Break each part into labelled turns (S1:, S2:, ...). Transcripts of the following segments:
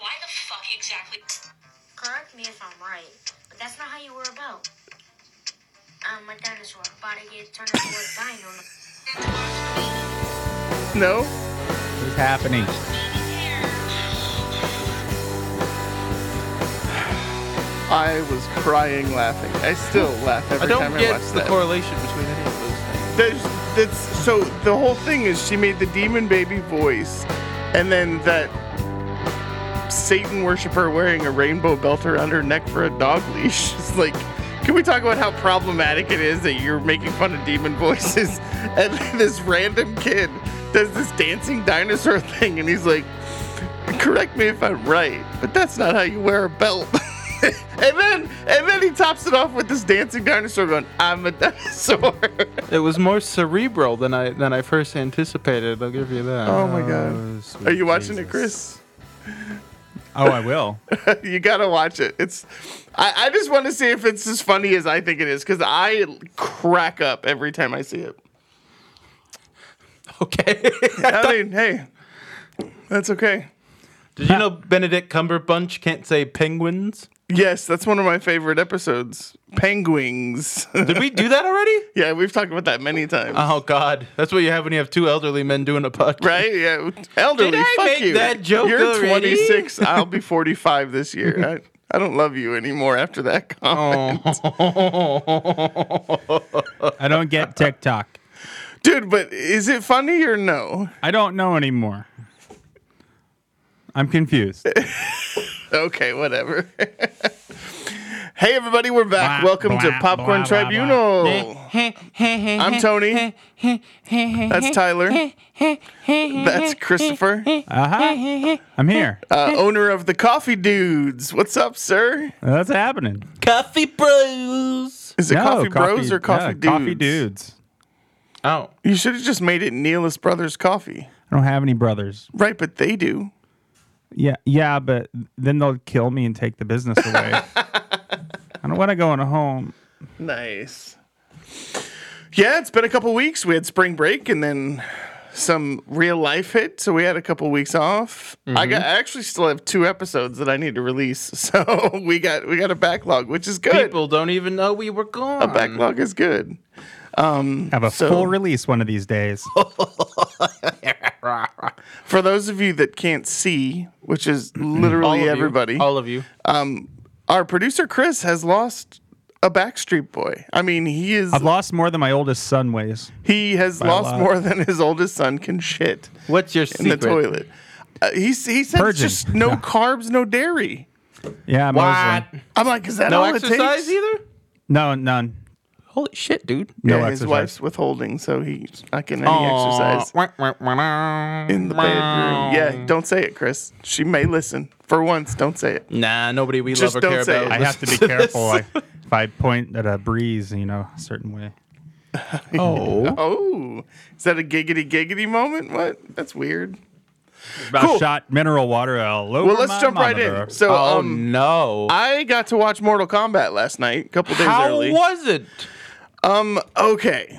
S1: why the fuck exactly?
S2: Correct me if I'm right, but that's not how you were about. I'm a dinosaur, about to get turned into a dino.
S3: No.
S4: What's happening?
S3: I was crying laughing. I still laugh every
S4: I don't
S3: time I
S4: get
S3: watch
S4: the
S3: that.
S4: correlation between any of those things.
S3: There's, that's so the whole thing is she made the demon baby voice, and then that Satan worshiper wearing a rainbow belt around her neck for a dog leash. It's like, can we talk about how problematic it is that you're making fun of demon voices, and then this random kid does this dancing dinosaur thing, and he's like, correct me if I'm right, but that's not how you wear a belt. and then, and then he tops it off with this dancing dinosaur going, I'm a dinosaur.
S4: It was more cerebral than I than I first anticipated. I'll give you that.
S3: Oh my
S4: Oh,
S3: god.
S4: sweet
S3: Are you watching it,
S4: Jesus.
S3: Chris?
S4: Oh, I will.
S3: you gotta watch it. It's I, I just wanna see if it's as funny as I think it is, because I crack up every time I see it.
S4: okay.
S3: I mean, hey. That's okay.
S4: Did you know Benedict Cumberbatch can't say penguins?
S3: Yes, that's one of my favorite episodes. Penguins.
S4: Did we do that already?
S3: yeah, we've talked about that many times.
S4: Oh God, that's what you have when you have two elderly men doing a podcast.
S3: Right? Yeah. Elderly,
S4: Did I
S3: fuck
S4: make
S3: you.
S4: that joke
S3: You're
S4: already?
S3: 26. I'll be 45 this year. I, I don't love you anymore after that
S4: Oh.
S3: comment.
S5: I don't get TikTok.
S3: Dude, but is it funny or no?
S5: I don't know anymore. I'm confused.
S3: Okay, whatever. hey, everybody, we're back.
S5: Blah,
S3: Welcome to
S5: blah,
S3: Popcorn
S5: blah, blah,
S3: Tribunal. I'm Tony. That's Tyler. That's Christopher,
S5: Uh-huh. I'm here.
S3: uh, owner of the Coffee Dudes. What's up, sir?
S5: That's happening.
S4: Coffee bros.
S3: Is it Coffee Bros or Coffee
S5: yeah,
S3: Dudes?
S5: Coffee dudes.
S4: Oh,
S3: You should have just made it Neelis Brothers Coffee.
S5: I don't have any brothers.
S3: Right, but they do.
S5: Yeah, yeah, but then they'll kill me and take the business away. I don't want to go in a home.
S3: Nice. Yeah, it's been a couple weeks. We had spring break and then some real life hit, so we had a couple weeks off. I
S4: Mm-hmm.
S3: got I actually still have two episodes that I need to release, so we got we got a backlog, which is good.
S4: people don't even know we were gone.
S3: a backlog is good.
S5: Have a
S3: So-
S5: full release one of these days.
S3: For those of you that can't see, which is literally
S4: you.
S3: everybody,
S4: Mm-hmm.
S3: um,
S4: all of you.
S3: our producer Chris has lost a Backstreet Boy. I mean, he is
S5: I've lost more than my oldest son weighs.
S3: he has lost
S5: lot.
S3: more than his oldest son can shit.
S4: What's your
S3: in the
S4: secret?
S3: toilet. Uh, he s- he said it's
S5: Purging.
S3: just no carbs, no dairy.
S5: Yeah,
S4: What?
S5: mostly.
S3: I'm like, is that
S4: No
S3: all it takes?
S4: exercise either.
S5: No, none.
S4: Holy shit, dude.
S5: No
S3: yeah, his
S5: exercise.
S3: wife's withholding, so he's not getting any exercise in the bedroom. Yeah, don't say it, Chris. She may listen. For once, don't say it.
S4: Nah, nobody we
S3: Just
S4: love or
S3: don't
S4: care
S3: say
S4: about.
S3: it.
S5: I have to
S4: listens
S5: be
S4: this.
S5: careful. I, if I point at a breeze, you know, a certain way.
S4: Oh,
S3: Oh, is that a giggity giggity moment? What? That's weird. Cool.
S5: I shot mineral water all over
S3: Well, let's
S5: my
S3: jump right in.
S5: monitor.
S3: So,
S4: oh
S3: um,
S4: no.
S3: I got to watch Mortal Kombat last night, a couple days
S4: How
S3: early.
S4: was it?
S3: Okay.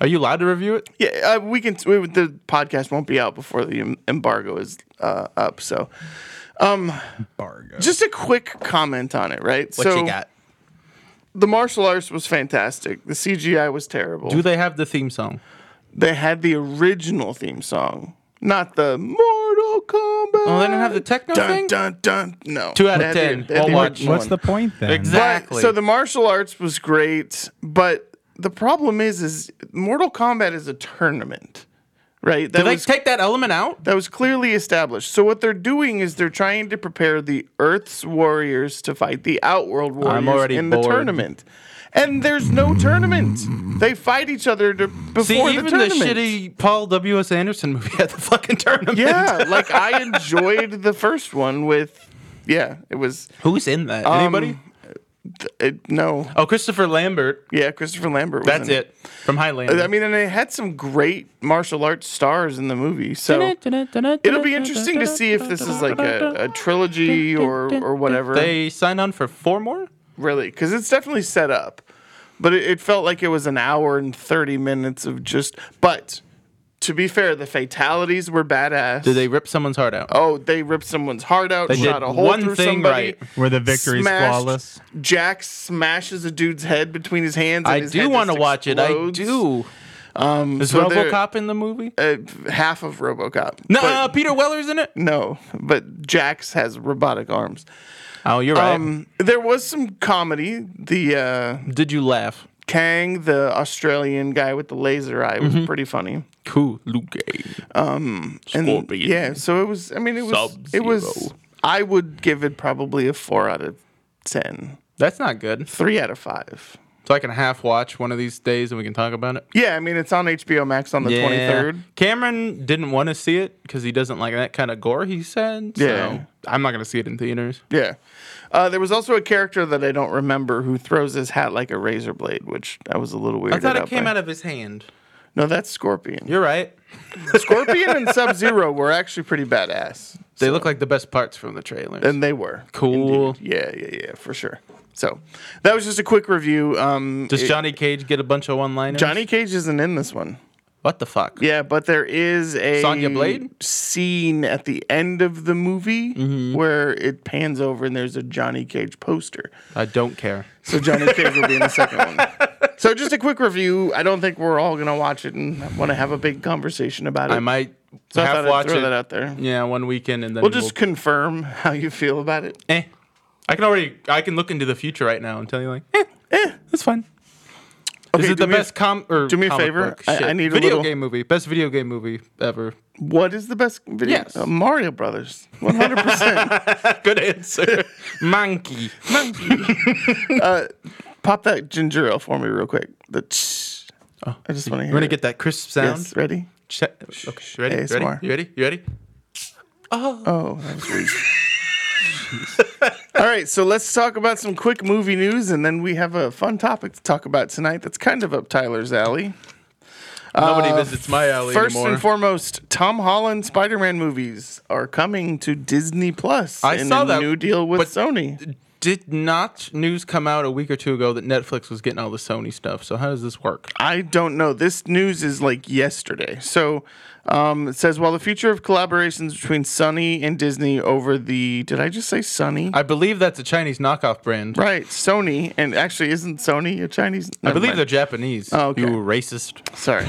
S4: Are you allowed to review it?
S3: Yeah, uh, we can. We, the podcast won't be out before the em- embargo is uh, up. So,
S5: Bargo.
S3: just a quick comment on it, right?
S4: What you got?
S3: the martial arts was fantastic. The CGI was terrible.
S4: Do they have the theme song?
S3: they had the original theme song, not the Mortal Kombat.
S4: Oh, they didn't have the techno
S3: dun,
S4: thing?
S3: Dun dun No.
S4: Two out of
S3: They had the-
S4: ten.
S3: they had
S4: Well,
S3: the
S4: what-
S3: original
S5: What's
S3: one.
S5: the point then?
S3: But-
S4: Exactly.
S3: so the martial arts was great, but the problem is, is Mortal Kombat is a tournament, right? That
S4: Did they
S3: was
S4: take that element out?
S3: that was clearly established. So what they're doing is they're trying to prepare the Earth's warriors to fight the Outworld warriors
S4: already
S3: in the
S4: bored.
S3: tournament. And there's no tournament. They fight each other to, before
S4: See,
S3: the
S4: even the,
S3: tournament.
S4: shitty Paul W. S. Anderson movie had the fucking tournament.
S3: yeah, like I enjoyed the first one with. Yeah, it was.
S4: Who's in that?
S3: um,
S4: Anybody?
S3: It, no,
S4: Oh, Christopher Lambert.
S3: yeah, Christopher Lambert. Was
S4: That's
S3: in
S4: it. From Highlander.
S3: I mean, and they had some great martial arts stars in the movie, so it'll be interesting to see if this is like a, a trilogy or or whatever.
S4: they signed on for four more?
S3: really because it's definitely set up but it, it felt like it was an hour and 30 minutes of just but to be fair, the fatalities were badass.
S4: Did they rip someone's heart out?
S3: Oh, they ripped someone's heart out,
S4: They did
S3: shot a hole
S4: one
S3: through
S4: thing
S3: somebody.
S4: right.
S5: Where the victory's
S3: Smashed-
S5: flawless.
S3: Jack smashes a dude's head between his hands. And
S4: I
S3: his
S4: do
S3: head
S4: want to
S3: just
S4: watch it. I
S3: explodes.
S4: do. Um, Is
S3: so there-
S4: RoboCop in the movie?
S3: Uh, half of RoboCop.
S4: No,
S3: But-
S4: uh, Peter Weller's in it.
S3: no, but Jax has robotic arms.
S4: Oh, you're right.
S3: Um, there was some comedy. The uh,
S4: Did you laugh?
S3: Kang, the Australian guy with the laser eye,
S4: Mm-hmm.
S3: was pretty funny.
S4: Cool, Luke. Um,
S3: And yeah, so it was. I mean, it was. It was.
S4: Sub-Zero.
S3: I would give it probably a four out of ten.
S4: That's not good.
S3: Three out of five.
S4: So I can half watch one of these days and we can talk about it.
S3: Yeah, I mean, it's on HBO Max on the twenty third.
S4: Cameron didn't want to see it because he doesn't like that kind of gore. He said. So
S3: Yeah.
S4: I'm not gonna see it in theaters.
S3: Yeah. Uh, there was also a character that I don't remember who throws his hat like a razor blade, which I was a little weirded
S4: I thought it
S3: out
S4: came
S3: by.
S4: out of his hand.
S3: No, that's Scorpion.
S4: You're right.
S3: Scorpion and Sub Zero were actually pretty badass,
S4: They look like the best parts from the trailers.
S3: and they were
S4: Cool.
S3: Indeed. Yeah, yeah, yeah, for sure. So that was just a quick review. Um,
S4: Does
S3: it-
S4: Johnny Cage get a bunch of one-liners?
S3: Johnny Cage isn't in this one.
S4: What the fuck?
S3: Yeah, but there is a
S4: Sonya Blade? Mm-hmm.
S3: scene at the end of the movie where it pans over and there's a Johnny Cage poster.
S4: I don't care.
S3: So Johnny Cage will be in the second one. So just a quick review. I don't think we're all gonna watch it and want to have a big conversation about it.
S4: I might
S3: so I
S4: half
S3: thought I'd
S4: watch
S3: throw
S4: it. Mm-hmm.
S3: that out there.
S4: Yeah, one weekend and then
S3: We'll just confirm how you feel about it.
S4: eh. I can already I can look into the future right now and tell you like eh, eh, that's fine.
S3: Okay,
S4: Is it
S3: do
S4: the
S3: me a-
S4: best com or
S3: do me a
S4: comic
S3: favor?
S4: book?
S3: I- I
S4: Shit.
S3: need a
S4: video
S3: little-
S4: game movie. Best video game movie ever.
S3: What is the best video?
S4: Yes.
S3: Uh, Mario Brothers. One hundred percent.
S4: Good answer. Monkey.
S3: Pop that ginger ale for me real quick. The tsh. I just want to hear.
S4: We're
S3: it.
S4: gonna Oh, get that crisp sound.
S3: Yes, ready?
S4: Check. Okay, you ready? You
S3: ASMR.
S4: ready? You ready? You ready?
S3: Oh, that was weird. All right, so let's talk about some quick movie news, and then we have a fun topic to talk about tonight. That's kind of up Tyler's alley.
S4: Nobody visits my alley
S3: Uh, First
S4: anymore.
S3: and foremost, Tom Holland Spider-Man movies are coming to Disney Plus
S4: I
S3: in
S4: saw
S3: a
S4: that,
S3: new deal with
S4: but-
S3: Sony.
S4: Did not news come out a week or two ago that Netflix was getting all the Sony stuff? So how does this work?
S3: I don't know. This news is like yesterday. So um, it says while the future of collaborations between Sony and Disney over the did I just say Sony?
S4: I believe that's a Chinese knockoff brand.
S3: right, Sony, and actually isn't Sony a Chinese?
S4: I believe they're Japanese.
S3: Oh, okay.
S4: You racist.
S3: Sorry.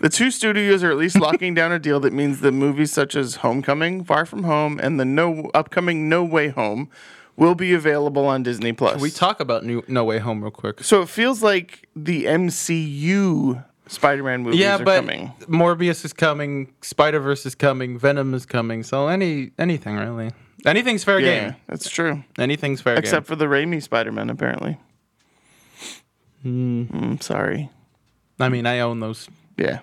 S3: The two studios are at least locking down a deal that means that movies such as Homecoming, Far From Home, and the no upcoming No Way Home will be available on Disney Plus.
S4: We talk about new, No Way Home real quick.
S3: so it feels like the MCU Spider-Man movies
S4: Yeah,
S3: are
S4: but
S3: coming.
S4: Morbius is coming, Spider Verse is coming, Venom is coming. So any anything really, anything's fair
S3: Yeah,
S4: game.
S3: that's true.
S4: Anything's fair
S3: Except
S4: game.
S3: for the Raimi Spider-Man, apparently.
S4: Hmm.
S3: Mm, sorry.
S4: I mean, I own those
S3: Yeah.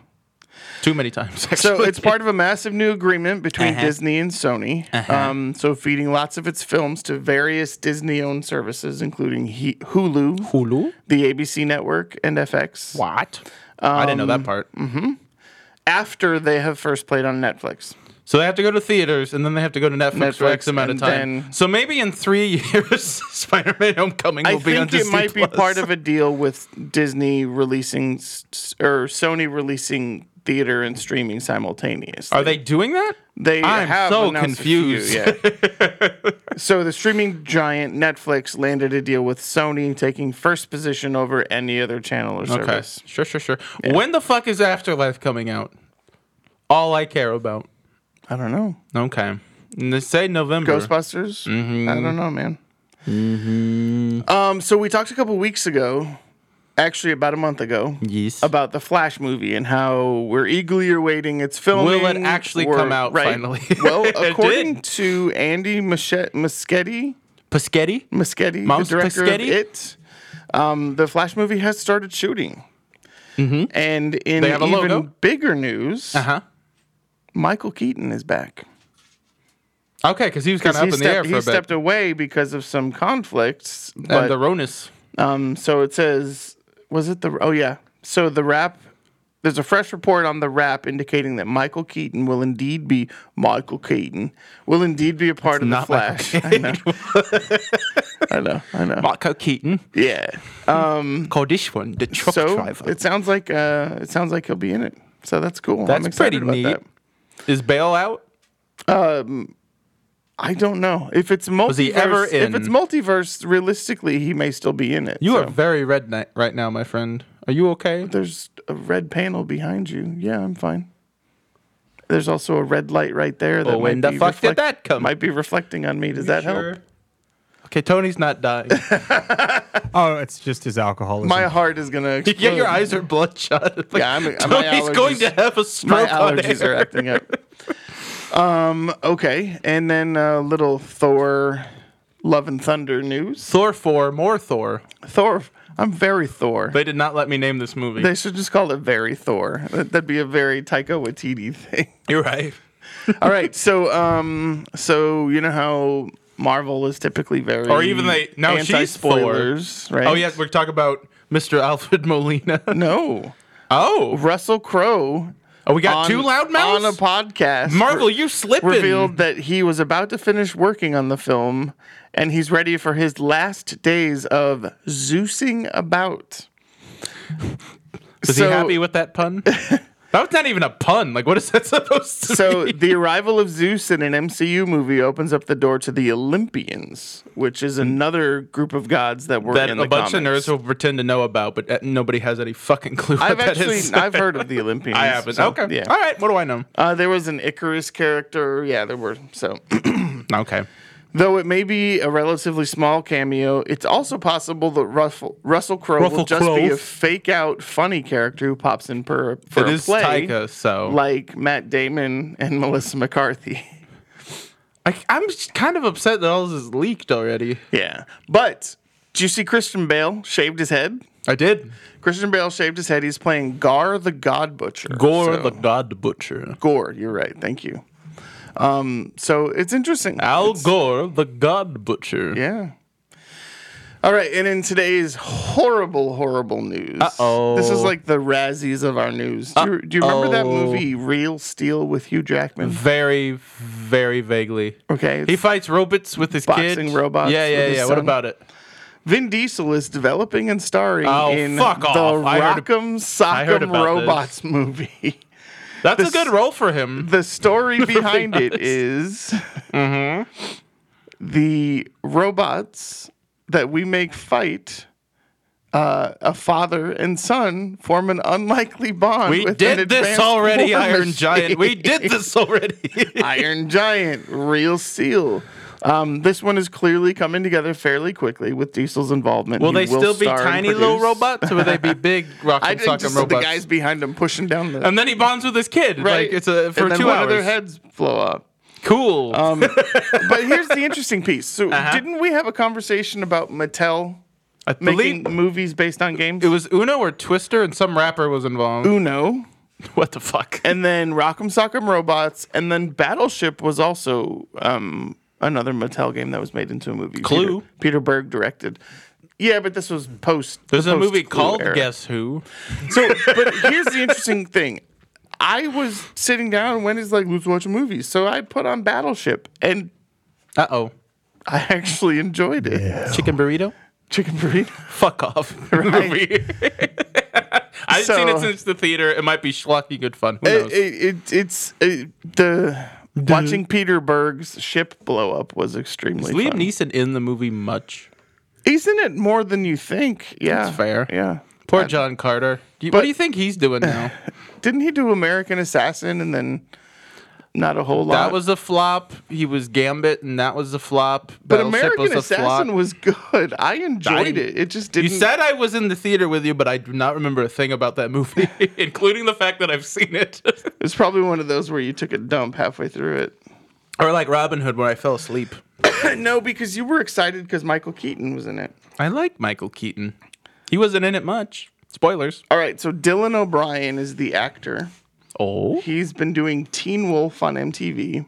S4: too many times.
S3: So
S4: actually.
S3: it's part of a massive new agreement between
S4: Uh-huh.
S3: Disney and Sony. Um, so feeding lots of its films to various Disney-owned services, including he- Hulu,
S4: Hulu.
S3: the ABC network, and FX.
S4: What? I didn't know
S3: Um,
S4: that part.
S3: After they have first played on Netflix.
S4: So they have to go to theaters, and then they have to go to Netflix, for X
S3: Netflix,
S4: amount of
S3: and
S4: time.
S3: then-
S4: so maybe in three years, Spider-Man: Homecoming will
S3: I
S4: be on
S3: think it
S4: Disney
S3: might be
S4: Plus.
S3: part of a deal with Disney releasing s- s- or Sony releasing theater and streaming simultaneously.
S4: Are they doing that?
S3: They
S4: I'm
S3: have
S4: so
S3: announced a few,
S4: confused.
S3: yeah. so the streaming giant Netflix landed a deal with Sony, taking first position over any other channel or
S4: Okay.
S3: service.
S4: Sure, sure, sure. When the fuck is Afterlife coming out? All I care about.
S3: I don't know.
S4: Okay. And they say November.
S3: Ghostbusters?
S4: Mm-hmm.
S3: I don't know, man. Um, so we talked a couple weeks ago, actually about a month ago,
S4: Yes.
S3: about the Flash movie and how we're eagerly awaiting its filming.
S4: actually
S3: We're-
S4: come out finally?
S3: well,
S4: It did.
S3: according to Andy Machete- Muschietti,
S4: Paschetti?
S3: Muschietti,
S4: Mom's
S3: the director
S4: Muschietti?
S3: of It. Um, the Flash movie has started shooting. And in
S4: Mm-hmm. They have a
S3: even
S4: logo?
S3: bigger news,
S4: Uh huh.
S3: Michael Keaton is back.
S4: Okay, because he was kind of
S3: he
S4: up in the
S3: stepped,
S4: air
S3: he
S4: for a bit.
S3: stepped away because of some conflicts. But,
S4: and the Ronus.
S3: um, so it says, was it the? Oh yeah. So the rap. There's a fresh report on the rap indicating that Michael Keaton will indeed be Michael Keaton will indeed be a part of the
S4: not Michael
S3: Flash. I know. I know. I know.
S4: Marco Keaton.
S3: Yeah.
S4: Call this one the truck
S3: so
S4: driver.
S3: it sounds like uh, it sounds like he'll be in it. So that's cool. I'm
S4: That's pretty
S3: excited about
S4: neat. Is
S3: that.
S4: Bale out?
S3: I don't know if it's multiverse.
S4: he ever
S3: If
S4: in-
S3: it's multiverse, realistically, he may still be in it.
S4: You
S3: so.
S4: are very red ni- right now, my friend. Are you okay?
S3: There's a red panel behind you. Yeah, I'm fine. There's also a red light right there. That
S4: Oh, when
S3: might
S4: the
S3: be
S4: fuck did
S3: reflect-
S4: that come?
S3: Might be reflecting on me. Does that help?
S4: Okay, Tony's not dying.
S5: Oh, it's just his alcoholism.
S3: My heart is gonna. Explode.
S4: yeah, your eyes are bloodshot. Like,
S3: Yeah, I'm- I'm- my
S4: Tony's going
S3: allergies-
S4: to have a
S3: My
S4: stroke.
S3: allergies
S4: on air.
S3: are acting up. Um. Okay, and then uh, little Thor, Love and Thunder news.
S4: Thor four, more Thor.
S3: Thor. I'm very Thor.
S4: They did not let me name this movie.
S3: they should just call it very Thor. That- That'd be a very Taika Waititi thing.
S4: You're right.
S3: All right, so um, so you know how Marvel is typically very
S4: Or even they- no, she's
S3: anti-spoilers, right?
S4: Oh yes, we're talking about Mr. Alfred Molina.
S3: no,
S4: Oh,
S3: Russell Crowe.
S4: oh, we got
S3: on-
S4: two loud
S3: on a
S4: mouths.
S3: podcast.
S4: Marvel,
S3: re-
S4: you slipping?
S3: revealed that he was about to finish working on the film, and he's ready for his last days of zeusing about.
S4: Was he happy with that pun? that was not even a pun. Like, what is that supposed to?
S3: So
S4: be?
S3: the arrival of Zeus in an MCU movie opens up the door to the Olympians, which is another group of gods that were
S4: that
S3: in
S4: a
S3: the
S4: bunch of
S3: comics.
S4: nerds will pretend to know about, but uh, nobody has any fucking clue. What
S3: I've
S4: that
S3: actually
S4: is.
S3: I've heard of the Olympians.
S4: I haven't.
S3: so,
S4: okay.
S3: Yeah.
S4: All right. What do I know?
S3: Uh, there was an Icarus character. Yeah, there were. So,
S4: Okay.
S3: though it may be a relatively small cameo, it's also possible that Russell Russell Crowe will
S4: Russell
S3: just be
S4: Crowe.
S3: a fake out funny character who pops in per, for
S4: It
S3: a
S4: is
S3: play,
S4: Taika, so
S3: like Matt Damon and Melissa McCarthy.
S4: I, I'm just kind of upset that all this is leaked already.
S3: yeah, but do you see Christian Bale shaved his head?
S4: I did.
S3: Christian Bale shaved his head. He's playing Gar the God Butcher.
S4: Gore
S3: so-
S4: the God Butcher.
S3: Gore. You're right. Thank you. Um, so it's interesting.
S4: Al
S3: It's-
S4: Gore the God Butcher.
S3: Yeah. All right, and in today's horrible, horrible news.
S4: Uh-oh.
S3: This is like the Razzies of our news. Do you, do you remember that
S4: Uh-oh.
S3: movie Real Steel with Hugh Jackman?
S4: Very, very vaguely.
S3: Okay.
S4: He fights robots with his kids.
S3: Boxing
S4: kid.
S3: robots
S4: Yeah,
S3: with
S4: yeah,
S3: his
S4: yeah.
S3: son.
S4: What about it?
S3: Vin Diesel is developing and starring
S4: Oh,
S3: in
S4: fuck
S3: the
S4: off. I heard-
S3: Rock'em
S4: heard
S3: Sock'em
S4: about
S3: Robots movie.
S4: That's
S3: This-
S4: a good role for him.
S3: The story behind it is mm-hmm, the robots that we make fight. Uh, a father and son form an unlikely bond.
S4: We
S3: with an
S4: did this
S3: advanced
S4: already,
S3: war
S4: Iron
S3: machine.
S4: Giant. We did this already.
S3: Iron Giant, Real Steel. Um, this one is clearly coming together fairly quickly with Diesel's involvement.
S4: Will
S3: He
S4: they still be
S3: star and
S4: tiny little
S3: produce.
S4: robots, or will they be big rock
S3: I
S4: and
S3: think
S4: sock
S3: just
S4: and
S3: the
S4: robots?
S3: guys behind him pushing down the
S4: and then he bonds with his kid.
S3: right.
S4: Like it's a for
S3: and then
S4: two
S3: one
S4: hours.
S3: of their heads um, blow up.
S4: Cool.
S3: but here's the interesting piece. So,
S4: Uh-huh.
S3: didn't we have a conversation about Mattel
S4: I
S3: making
S4: believe
S3: movies based on games?
S4: it was Uno or Twister, and some rapper was involved.
S3: Uno,
S4: What the fuck?
S3: and then Rock'em Sock'em Robots, and then Battleship was also um, another Mattel game that was made into a movie.
S4: Clue.
S3: Peter, Peter Berg directed. Yeah, but this was post.
S4: There's a movie
S3: post-Clue
S4: called
S3: era.
S4: Guess Who.
S3: So, but here's the interesting thing. I was sitting down when is like let's watch a movie. So I put on Battleship, and
S4: Uh oh.
S3: I actually enjoyed it.
S4: Chicken burrito.
S3: Chicken burrito.
S4: Fuck off. Movie. I haven't seen
S3: So-
S4: it since the theater. It might be schlocky good fun. Who
S3: it,
S4: knows?
S3: it, it- it's it, the watching Peter Berg's ship blow up was extremely
S4: Liam
S3: fun.
S4: Neeson in the movie much.
S3: Isn't it more than you think? Yeah,
S4: That's fair.
S3: Yeah.
S4: Poor John Carter. Do you- what
S3: but-
S4: do you think he's doing now?
S3: Didn't he do American Assassin and then not a whole lot?
S4: That was a flop. He was Gambit, and that was a flop.
S3: but
S4: Battleship
S3: American
S4: was a
S3: Assassin
S4: flop.
S3: was good. I enjoyed
S4: I didn't-
S3: it. It just didn't.
S4: You said I was in the theater with you, but I do not remember a thing about that movie, including the fact that I've seen it.
S3: it was probably one of those where you took a dump halfway through it.
S4: or like Robin Hood, where I fell asleep.
S3: no, because you were excited because Michael Keaton was in it.
S4: I like Michael Keaton. He wasn't in it much. Spoilers.
S3: All right, so Dylan O'Brien is the actor.
S4: Oh.
S3: He's been doing Teen Wolf on MTV.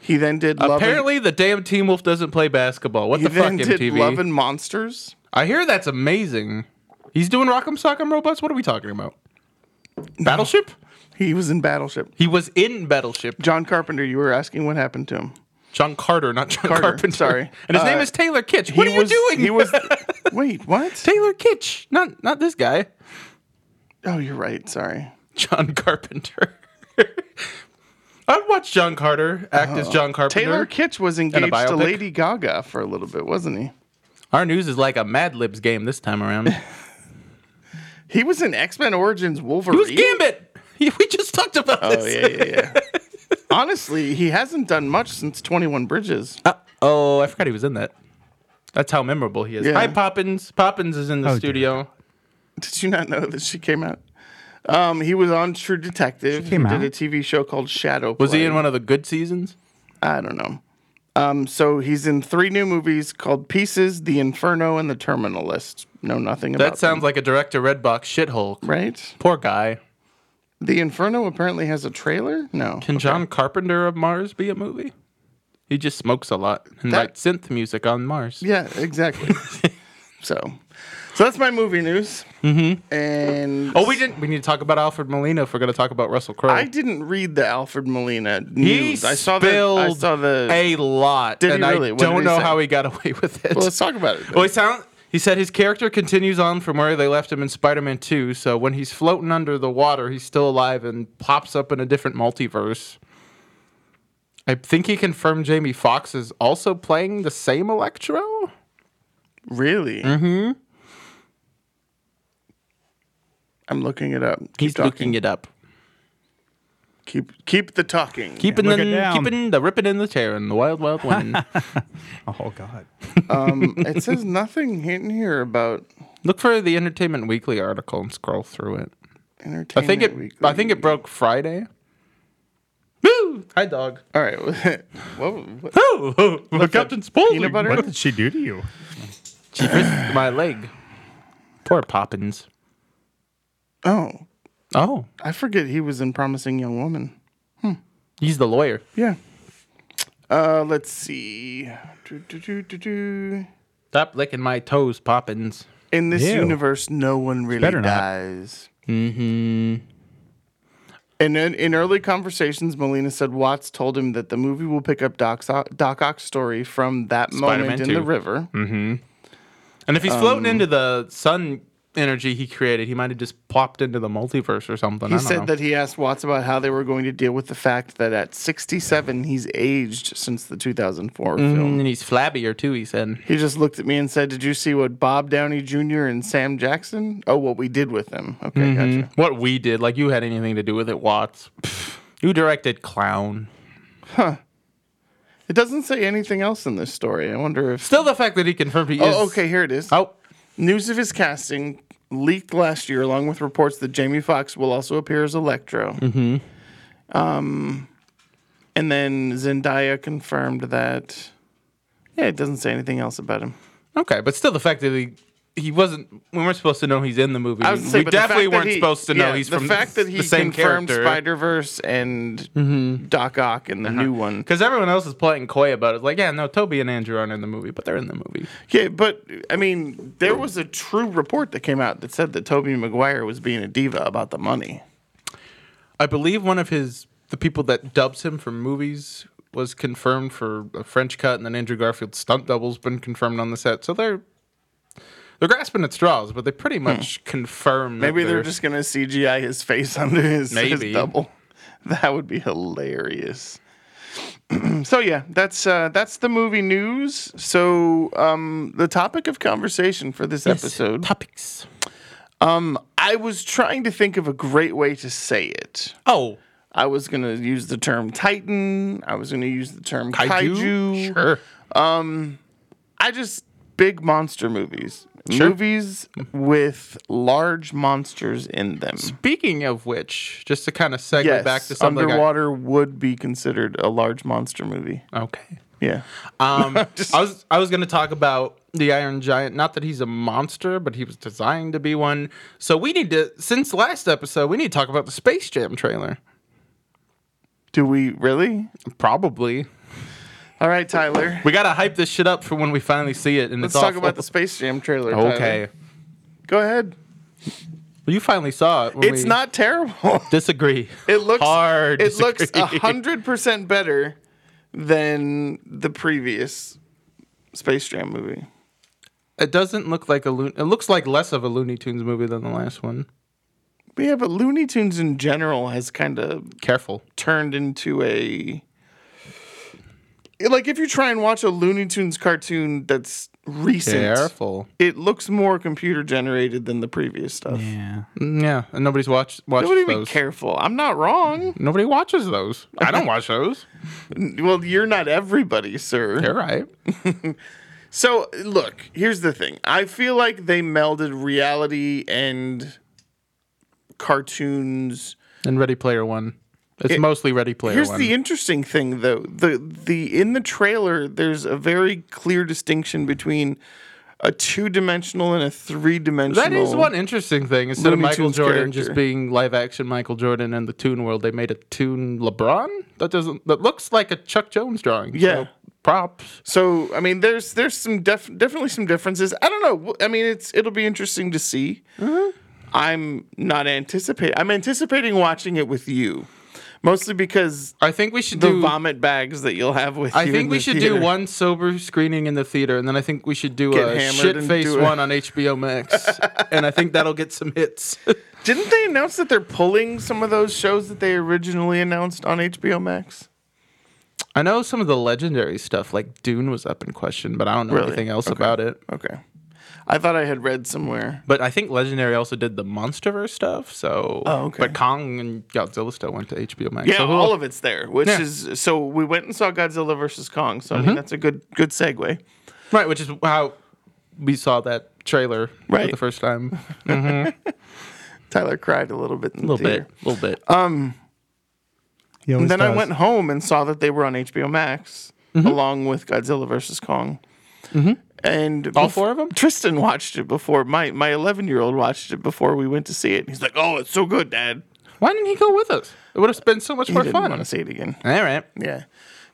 S3: He then did Love and-
S4: Apparently, the damn Team Wolf doesn't play basketball. What
S3: He
S4: the fuck,
S3: then did
S4: MTV?
S3: Love and Monsters.
S4: I hear that's amazing. He's doing Rock'em Sock'em Robots. What are we talking about? Battleship?
S3: He was in Battleship.
S4: He was in Battleship.
S3: John Carpenter, you were asking what happened to him.
S4: John Carter, not John
S3: Carter,
S4: Carpenter.
S3: sorry.
S4: And his
S3: Uh,
S4: name is Taylor Kitsch. What are
S3: he
S4: you
S3: was,
S4: doing?
S3: He was. wait, what?
S4: Taylor Kitsch, not not this guy.
S3: Oh, you're right. Sorry.
S4: John Carpenter. I'd watch John Carter act as John Carpenter.
S3: Uh, Taylor Kitsch was engaged to
S4: biopic?
S3: Lady Gaga for a little bit, wasn't he?
S4: Our news is like a Mad Libs game this time around. It
S3: He was in X Men Origins Wolverine.
S4: was Gambit. We just talked about
S3: Oh
S4: this.
S3: yeah, yeah, yeah. Honestly, he hasn't done much since Twenty One Bridges.
S4: Uh, oh, I forgot he was in that. That's how memorable he is.
S3: Yeah.
S4: Hi, Poppins. Poppins is in the
S5: Oh, dear.
S4: studio.
S3: Did you not know that she came out? Um, he was on True Detective.
S5: came
S3: he
S5: out?
S3: Did a TV show called Shadow.
S4: Was he
S3: Play.
S4: in one of the good seasons?
S3: I don't know. Um, so he's in three new movies called Pieces, The Inferno, and The Terminalist. Know nothing about
S4: That sounds like a director Redbox shithole.
S3: right.
S4: Poor guy.
S3: The Inferno apparently has a trailer. No,
S4: Can John Carpenter of Mars be a movie? He just smokes a lot and
S3: That-
S4: writes synth music on Mars.
S3: Yeah, exactly. so, so that's my movie news. Mm-hmm. And
S4: Oh, we didn't. We need to talk about Alfred Molina if we're going to talk about Russell Crowe.
S3: I didn't read the Alfred Molina
S4: he
S3: news. I saw the.
S4: spilled
S3: I saw the.
S4: a lot,
S3: Did he
S4: and
S3: really?
S4: I
S3: What did
S4: don't
S3: he
S4: know
S3: say?
S4: how he got away with it.
S3: well, let's talk about it.
S4: Well, he, sound, he said his character continues on from where they left him in Spider Man 2. So when he's floating under the water, he's still alive and pops up in a different multiverse. I think he confirmed Jamie Foxx is also playing the same Electro.
S3: really? Mm-hmm. I'm looking it up. Keep
S4: He's
S3: talking.
S4: looking it up.
S3: Keep keep the talking.
S4: Keeping
S5: look
S4: the,
S5: it down.
S4: keeping the ripping in the tearing, the wild, wild wind.
S5: Oh God.
S3: Um, it says nothing in here about
S4: Look for the Entertainment Weekly article and scroll through it.
S3: entertainment.
S4: I think it.
S3: Weekly.
S4: I think it broke Friday. Woo! Hi, dog.
S3: All right. Whoa, what?
S4: Oh, oh, the Captain Spaulding.
S3: Peanut butter.
S5: What did she do to you?
S4: She frisked my leg. Poor Poppins.
S3: Oh,
S4: Oh,
S3: I forget he was in Promising Young Woman.
S4: he's the lawyer.
S3: Yeah. Uh, let's see. Do, do, do, do, do.
S4: Stop licking my toes, Poppins.
S3: In this
S5: Ew.
S3: universe, no one really
S5: better not.
S3: dies. Mm-hmm. And in, in early conversations, Molina said Watts told him that the movie will pick up Doc's, Doc Ock's story from that
S4: Spider-Man Mm-hmm,
S3: moment in
S4: 2.
S3: the river.
S4: And if he's
S3: Um,
S4: floating into the sun energy he created, he might have just plopped into the multiverse or something. I
S3: He
S4: don't
S3: said
S4: know.
S3: that he asked Watts about how they were going to deal with the fact that at 67 he's aged since the 2004 film.
S4: Mm, And he's flabbier too. He said.
S3: He just looked at me and said, "Did you see what Bob Downey Jr. and Sam Jackson? Oh, what we did with them? Okay, gotcha.
S4: What we did, like you had anything to do with it, Watts? You directed Clown.
S3: It doesn't say anything else in this story. I wonder if.
S4: Still, the fact that he confirmed he is.
S3: Oh, okay, here it is.
S4: Oh,
S3: News of his casting leaked last year, along with reports that Jamie Foxx will also appear as Electro. Mm-hmm. Um, and then Zendaya confirmed that. Yeah, it doesn't say anything else about him.
S4: okay, but still, the fact that he. He wasn't. We weren't supposed to know he's in the movie.
S3: I was gonna say,
S4: we
S3: but the fact
S4: definitely
S3: that
S4: weren't
S3: he-
S4: supposed to know
S3: yeah,
S4: he's
S3: the
S4: from
S3: fact that he
S4: the same
S3: confirmed
S4: character. Mm-hmm. Uh-huh.
S3: Spider Verse and Doc Ock and the new one.
S4: Because everyone else is polite and coy about it. It's Like, yeah, no, Toby and Andrew aren't in the movie, but they're in the movie.
S3: Okay, but I mean, there was a true report that came out that said that Toby Maguire was being a diva about the money.
S4: I believe one of his the people that dubs him for movies was confirmed for a French cut, and then Andrew Garfield's stunt double's been confirmed on the set. So they're they're grasping at straws, but they pretty much confirm. that
S3: Maybe they're just gonna CGI his face under his, his
S4: Maybe.
S3: double. That would be hilarious. so yeah, that's uh, that's the movie news. So um, the topic of conversation for this episode,
S4: topics.
S3: I was trying to think of a great way to say it.
S4: Oh,
S3: I was gonna use the term Titan. I was gonna use the term
S4: kaiju.
S3: Kaiju.
S4: Sure.
S3: I just big monster movies. Movies with large monsters in them.
S4: Speaking of which, just to kind of segue
S3: Yes,
S4: back to something. I-
S3: underwater would be considered a large monster movie.
S4: okay.
S3: Yeah,
S4: Um, I was I was gonna talk about the Iron Giant. Not that he's a monster, but he was designed to be one. So we need to, since last episode, we need to talk about the Space Jam trailer.
S3: do we really?
S4: Probably.
S3: All right, Tyler.
S4: We gotta hype this shit up for when we finally see it. And
S3: Let's
S4: it's
S3: talk
S4: awful.
S3: about the Space Jam trailer. Tyler.
S4: Okay.
S3: go ahead.
S4: Well, you finally saw it. when
S3: It's
S4: we
S3: not terrible.
S4: Disagree.
S3: It looks
S4: hard.
S3: It looks
S4: disagree.
S3: a hundred percent better than the previous Space Jam movie.
S4: It doesn't look like a. Loon- it looks like less of a Looney Tunes movie than the last one.
S3: But yeah, but Looney Tunes in general has kind of
S4: Careful.
S3: turned into a like if you try and watch a Looney Tunes cartoon that's recent,
S4: Careful.
S3: it looks more computer generated than the previous stuff.
S5: Yeah.
S4: Mm, Yeah, and nobody's watched watched
S3: Nobody be
S4: those.
S3: careful. I'm not wrong.
S4: Nobody watches those. I don't watch those.
S3: Well, you're not everybody, sir.
S4: You're right.
S3: So, look, here's the thing. I feel like they melded reality and cartoons.
S4: And Ready Player One. It's mostly Ready Player
S3: Here's
S4: One.
S3: the interesting thing though. The the in the trailer there's a very clear distinction between a two-dimensional and a three-dimensional.
S4: that is one interesting thing. Instead
S3: Looney
S4: of Michael
S3: Tunes
S4: Jordan
S3: character.
S4: just being live action Michael Jordan and the Toon World, they made a Toon LeBron. That doesn't. That looks like a Chuck Jones drawing.
S3: Yeah.
S4: So props.
S3: So, I mean, there's there's some def- definitely some differences. I don't know. I mean, it's it'll be interesting to see.
S4: Mm-hmm.
S3: I'm not anticipating. I'm anticipating watching it with you, mostly because
S4: I think we should
S3: the
S4: do.
S3: vomit bags that you'll have with
S4: I
S3: you. in
S4: think we
S3: the
S4: should
S3: theater.
S4: do one sober screening in the theater, and then I think we should do
S3: Get
S4: a
S3: hammered
S4: shit
S3: and
S4: face
S3: do it.
S4: one on HBO Max, and I think that'll get some hits.
S3: Didn't they announce that they're pulling some of those shows that they originally announced on HBO Max?
S4: I know some of the legendary stuff, like Dune, was up in question, but I don't know
S3: Really?
S4: anything else
S3: Okay.
S4: about it.
S3: Okay, I thought I had read somewhere.
S4: But I think Legendary also did the MonsterVerse stuff. So,
S3: Oh, okay.
S4: but Kong and Godzilla still went to HBO Max.
S3: Yeah,
S4: so
S3: all of it's there, which
S4: Yeah. Mm-hmm.
S3: is so we went and saw Godzilla versus Kong. So I mean, that's a good good segue.
S4: right, which is how we saw that trailer
S3: Right.
S4: for the first time.
S3: Tyler cried a little bit in
S4: A
S3: the
S4: little
S3: theater.
S4: bit, a little bit.
S5: He always
S3: And then I
S5: does.
S3: went home and saw that they were on HBO Max
S4: Mm-hmm.
S3: along with Godzilla vs Kong. And
S4: All
S3: bef-
S4: four of 'em?
S3: Tristan watched it before my my 11 year old watched it before we went to see it. And he's like, "Oh, it's so good, Dad."
S4: Why didn't he go with us? It would have been so much
S3: He
S4: more
S3: didn't
S4: fun.
S3: want to see it again.
S4: All right,
S3: Yeah,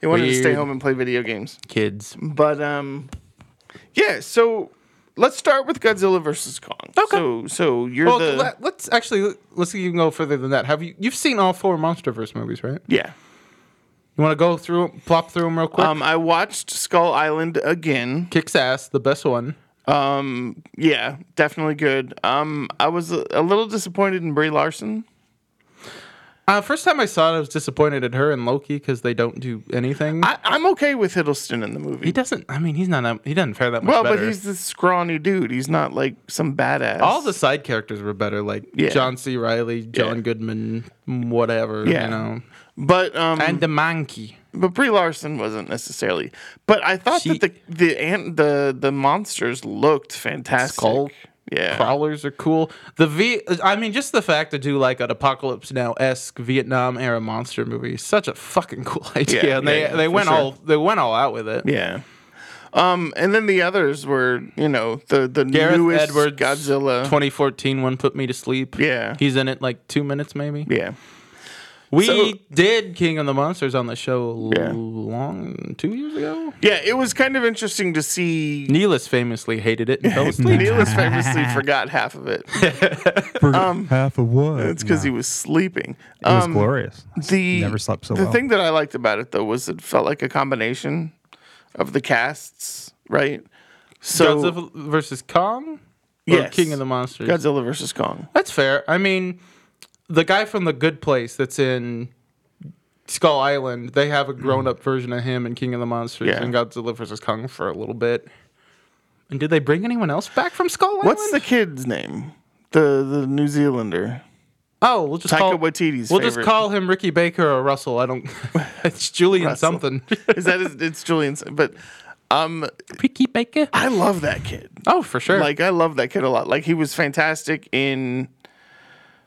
S3: he wanted to stay
S4: Weird.
S3: home and play video games.
S4: kids.
S3: But um, yeah. So let's start with Godzilla vs Kong. Okay. So so you're
S4: Well,
S3: the
S4: let, us actually let's even go further than that. Have you you've seen all four MonsterVerse movies, right?
S3: yeah.
S4: You want to go through, 'em- plop through them real quick.
S3: Um, I watched Skull Island again.
S4: Kicks ass, the best one.
S3: Um, yeah, definitely good. Um, I was a, a little disappointed in Brie Larson.
S4: Uh, first time I saw it, I was disappointed at her and Loki because they don't do anything.
S3: I, I'm okay with Hiddleston in the movie.
S4: he doesn't. I mean, he's not. that- He doesn't fare that much
S3: well,
S4: better.
S3: but he's this scrawny dude. He's not like some badass.
S4: all the side characters were better, like
S3: Yeah.
S4: John C. Riley, John
S3: Yeah.
S4: Goodman, whatever.
S3: Yeah.
S4: You know,
S3: but um,
S4: and the monkey.
S3: but Brie Larson wasn't necessarily. But I thought
S4: She-
S3: that the the ant the the monsters looked fantastic.
S4: Skull
S3: yeah,
S4: Crawlers are cool. The V, I mean, just the fact to do like an apocalypse now esque Vietnam era monster movie is such a fucking cool idea.
S3: Yeah,
S4: and they
S3: yeah, yeah,
S4: they
S3: for
S4: went
S3: sure.
S4: all they went all out with it.
S3: yeah. Um, and then the others were you know the the
S4: Gareth
S3: newest
S4: Edwards,
S3: Godzilla.
S4: 2014 one put me to sleep.
S3: Yeah.
S4: he's in it like two minutes maybe.
S3: yeah,
S4: We
S3: So-
S4: did King of the Monsters on the show
S3: Yeah.
S4: long two years ago.
S3: yeah. It was kind of interesting to see
S4: Neelis famously hated it and fell asleep.
S3: Neelis famously forgot half of it.
S5: half of what?
S3: Um, It's because he was sleeping.
S5: it was
S3: Um,
S5: glorious.
S3: the
S5: Never slept so
S3: the
S5: well.
S3: thing that I liked about it though was it felt like a combination of the casts, right? So
S4: Godzilla versus Kong, or
S3: Yes.
S4: King of the Monsters.
S3: Godzilla versus Kong.
S4: That's fair. I mean, the guy from the Good Place that's in Skull Island, they have a grown-up version of him in King of the Monsters
S3: Mm. Yeah.
S4: and Godzilla versus Kong for a little bit. And did they bring anyone else back from Skull Island?
S3: What's the kid's name? The the New Zealander.
S4: oh? We'll just
S3: Taika
S4: call
S3: Waititi's
S4: We'll
S3: favorite.
S4: just call him Ricky Baker or Russell. I don't. it's Julian
S3: Russell.
S4: something.
S3: Is that his, it's Julian's? But um,
S4: Ricky Baker.
S3: I love that kid.
S4: Oh, for sure. Like
S3: Like I love that kid a lot. Like he was fantastic in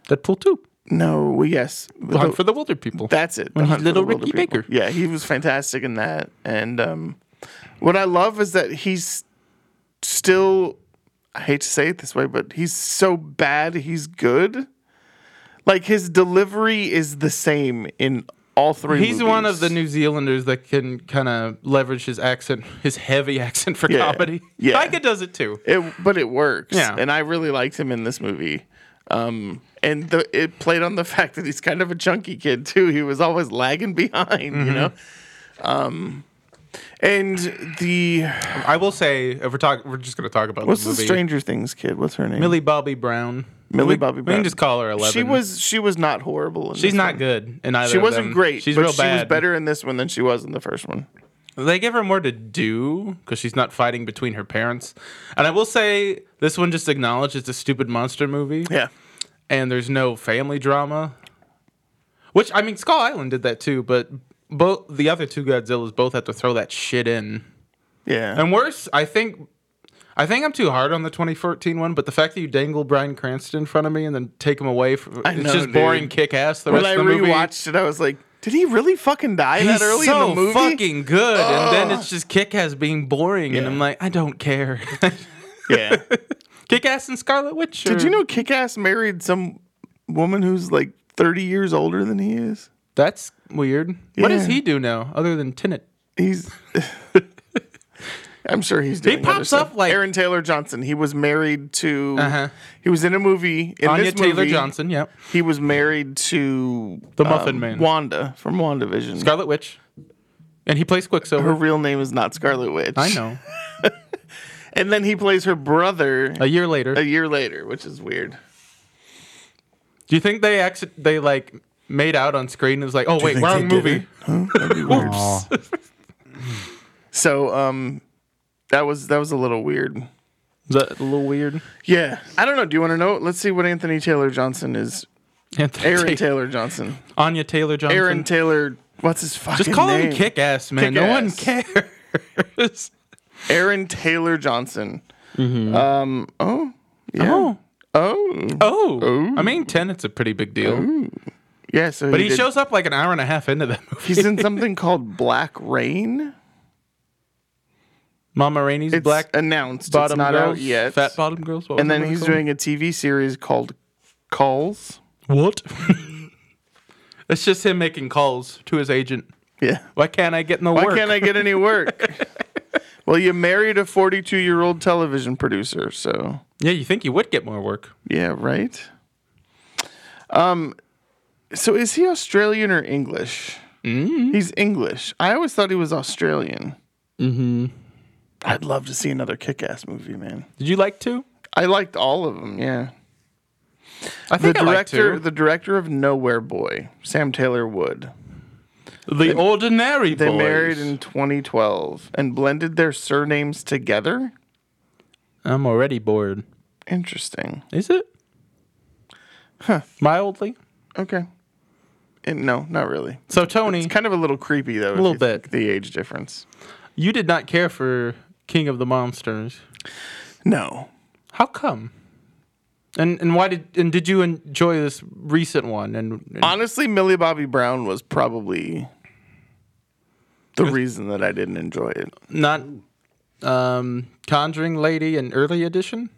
S4: Deadpool two.
S3: no, well, yes,
S4: Hunt
S3: The-
S4: for the Wilder People.
S3: That's it. The
S4: When he's
S3: Hunt for
S4: little
S3: the Wilder
S4: Ricky
S3: People.
S4: Baker.
S3: Yeah, he was fantastic in that. And um, what I love is that he's still, I hate to say it this way, but he's so bad, he's good. Like his delivery is the same in all three.
S4: He's one of
S3: movies.
S4: the New Zealanders that can kind of leverage his accent, his heavy accent for
S3: Yeah,
S4: comedy.
S3: yeah.
S4: Taika does it too.
S3: It, but it works.
S4: Yeah.
S3: And I really liked him in this movie. Um, and the, it played on the fact that he's kind of a chunky kid too. He was always lagging behind,
S4: Mm-hmm.
S3: you know. Um, and the
S4: I will say, if we're talking, we're just going to talk about
S3: What's
S4: the
S3: the
S4: movie.
S3: Stranger Things kid? What's her name?
S4: Millie Bobby Brown.
S3: Millie
S4: we,
S3: Bobby
S4: We
S3: Brown.
S4: can just call her Eleven.
S3: she was she was not horrible. In
S4: She's
S3: this
S4: not
S3: one.
S4: good in either.
S3: She
S4: of
S3: wasn't
S4: them.
S3: great.
S4: She's
S3: but
S4: real
S3: she
S4: bad.
S3: was better in this one than she was in the first one.
S4: They give her more to do because she's not fighting between her parents. And I will say this one just acknowledges the stupid monster movie.
S3: Yeah.
S4: and there's no family drama. Which I mean, Skull Island did that too, but both the other two Godzillas both have to throw that shit in.
S3: Yeah.
S4: And worse, I think, I think I'm too hard on the 2014 one. But the fact that you dangle Brian Cranston in front of me and then take him away, for,
S3: I
S4: it's
S3: know,
S4: just
S3: dude.
S4: boring kick ass. The
S3: When
S4: rest
S3: I
S4: of the movie,
S3: rewatched it, I was like, did he really fucking die
S4: he's
S3: that early
S4: so
S3: in the movie?
S4: fucking good, and then it's just kick ass being boring, and
S3: Yeah.
S4: I'm like, I don't care.
S3: yeah.
S4: kick ass and Scarlet Witch.
S3: Did you
S4: or-
S3: know Kick Ass married some woman who's like 30 years older than he is?
S4: that's weird? What does
S3: Yeah.
S4: he do now other than Tenet?
S3: He's. I'm sure he's doing. other
S4: pops up
S3: stuff.
S4: like-
S3: Aaron Taylor Johnson. He was married to.
S4: Uh-huh.
S3: He was in a movie. In
S4: Anya
S3: this
S4: Taylor
S3: movie,
S4: Johnson. Yep.
S3: He was married to um,
S4: The Muffin Man.
S3: Wanda from WandaVision.
S4: Scarlet Witch, and he plays
S3: her
S4: Quicksilver.
S3: real name is not Scarlet Witch.
S4: I know.
S3: And then he plays her brother
S4: A year later,
S3: a year later, which is weird.
S4: do you think they ex- they like made out on screen? It was like, oh wait,
S3: think
S4: wrong
S3: they did
S4: movie.
S5: Aw.
S3: So um, that was that was a little weird.
S4: Is that a little weird?
S3: Yeah, I don't know. Do you want to know? Let's see what Anthony Taylor Johnson is.
S4: Anthony
S3: Aaron
S4: Ta-
S3: Taylor Johnson.
S4: Anya Taylor Johnson.
S3: Aaron Taylor. What's his fucking
S4: Just call
S3: name?
S4: him Kick Ass, man. no one cares.
S3: Aaron Taylor Johnson. Um. Oh. Yeah.
S4: Mm-hmm. Oh.
S3: Oh.
S4: Oh, I mean, Tenet's a pretty big deal,
S3: Yeah. So.
S4: but he,
S3: did-
S4: shows up like an hour and a half into that movie.
S3: He's in something called Black Rain.
S4: Mama Rainey's
S3: It's
S4: Black
S3: announced.
S4: Bottom
S3: it's not
S4: Girls,
S3: out yet.
S4: Fat Bottom Girls, what was
S3: and
S4: the
S3: then
S4: movie
S3: he's
S4: called?
S3: doing a TV series called Calls.
S4: what? it's just him making calls to his agent.
S3: Yeah.
S4: Why can't I get in the
S3: Why
S4: work?
S3: can't I get any work? well, you married a 42 year old television producer, so
S4: Yeah, you think you would get more work?
S3: yeah, right. Um, so is he Australian or English?
S4: Mm-hmm.
S3: He's English. I always thought he was Australian. Mm-hmm. I'd love to see another kick ass movie, man.
S4: Did you like to?
S3: I liked all of them. Yeah.
S4: I
S3: The
S4: think I liked
S3: director,
S4: to.
S3: the director of Nowhere Boy, Sam Taylor Wood.
S4: the, ordinary
S3: They
S4: boys.
S3: married in 2012 and blended their surnames together.
S4: I'm already bored.
S3: Interesting.
S4: Is it? Huh. Mildly.
S3: Okay. And no, not really.
S4: So Tony,
S3: It's kind of a little creepy though. A
S4: Hmm. little bit.
S3: The age difference.
S4: you did not care for King of the Monsters.
S3: No.
S4: How come? And and why did and did you enjoy this recent one? And, and
S3: Honestly, Millie Bobby Brown was probably the reason that I didn't enjoy it.
S4: not um, Conjuring Lady and Early Edition.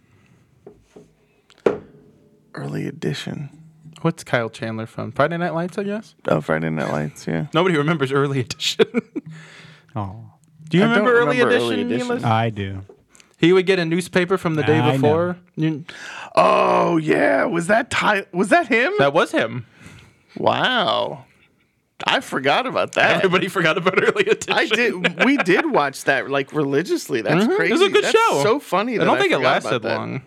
S3: Early edition.
S4: What's Kyle Chandler from? Friday Night Lights, I guess.
S3: Oh, Friday Night Lights. Yeah.
S4: Nobody remembers Early Edition.
S5: Aw.
S4: Do you
S3: I don't
S4: remember, early,
S3: remember
S4: edition,
S3: Early Edition.
S4: Neelis?
S5: I do.
S4: He would get a newspaper from the day
S5: I know.
S4: before. You-
S3: Oh yeah. Was that Ty? Was that him?
S4: That was him.
S3: wow. I forgot about that.
S4: Everybody forgot about early edition. Mm-hmm.
S3: I did. We did watch that like religiously. That's crazy.
S4: It was a good
S3: That's
S4: show.
S3: So funny.
S4: I
S3: That
S4: don't think it
S3: forgot about
S4: lasted
S3: that.
S4: long.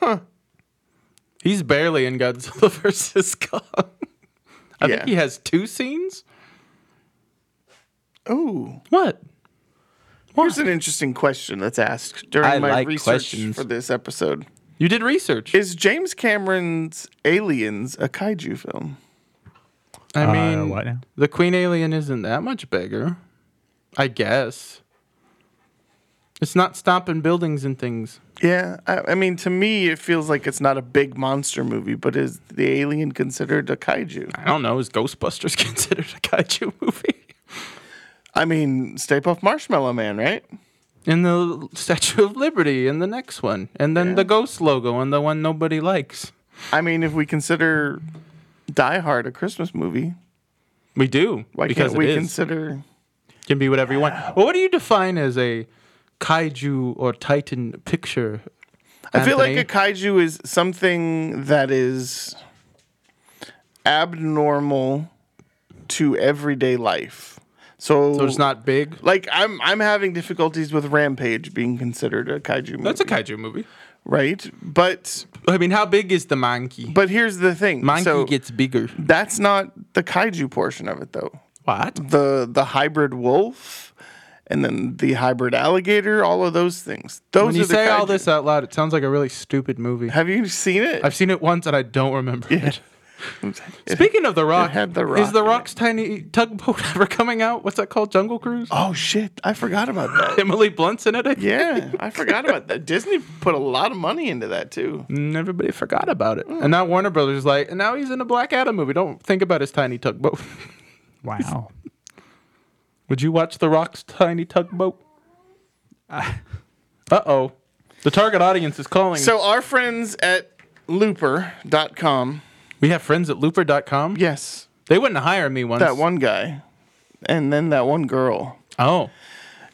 S4: Huh. He's barely in Godzilla versus Kong. I
S3: Yeah.
S4: think he has two scenes.
S3: Oh,
S4: What?
S3: here's an interesting question that's asked during
S4: I
S3: my
S4: like
S3: research
S4: questions.
S3: for this episode.
S4: You did research.
S3: Is James Cameron's Aliens a kaiju film?
S4: I
S5: Uh,
S4: mean,
S5: what now?
S4: the Queen Alien isn't that much bigger. I guess. It's not stomping buildings and things.
S3: Yeah, I, I mean, to me, it feels like it's not a big monster movie, but is the alien considered a kaiju?
S4: I don't know. Is Ghostbusters considered a kaiju movie?
S3: I mean, Stay Puft Marshmallow Man, right?
S4: And the Statue of Liberty in the next one. And then the ghost logo and the one nobody likes.
S3: I mean, if we consider Die Hard a Christmas movie,
S4: We do.
S3: why
S4: because
S3: can't we
S4: it is.
S3: consider?
S4: can be whatever you want. Well, what do you define as a kaiju or titan picture?
S3: I feel like a
S4: Anthony?
S3: kaiju is something that is abnormal to everyday life. So,
S4: so it's not big.
S3: like I'm I'm having difficulties with Rampage being considered a kaiju movie.
S4: That's a kaiju movie.
S3: right? But
S4: I mean, how big is the monkey?
S3: but here's the thing.
S4: Monkey
S3: so
S4: gets bigger.
S3: that's not the kaiju portion of it though.
S4: What?
S3: The the hybrid wolf and then the hybrid alligator, all of those things. Those
S4: When
S3: are
S4: you
S3: the
S4: say all
S3: kaiju.
S4: this out loud, it sounds like a really stupid movie.
S3: Have you seen it?
S4: I've seen it once and I don't remember it.
S3: It-
S4: Speaking of The Rock,
S3: had The Rock
S4: is The
S3: in it.
S4: Rock's tiny tugboat ever coming out? What's that called? Jungle Cruise?
S3: oh shit, I forgot about that.
S4: Emily Blunt's in it. I think.
S3: yeah, I forgot about that. Disney put a lot of money into that too.
S4: And everybody forgot about it.
S3: Hmm.
S4: And now Warner Brothers is like, and now he's in a Black Adam movie. Don't think about his tiny tugboat.
S5: Wow.
S4: Would you watch The Rock's tiny tugboat? Uh oh. The target audience is calling.
S3: So our friends at looper.com,
S4: we have friends at looper.com.
S3: yes,
S4: They wouldn't hire me once.
S3: that one guy and then that one girl.
S4: Oh.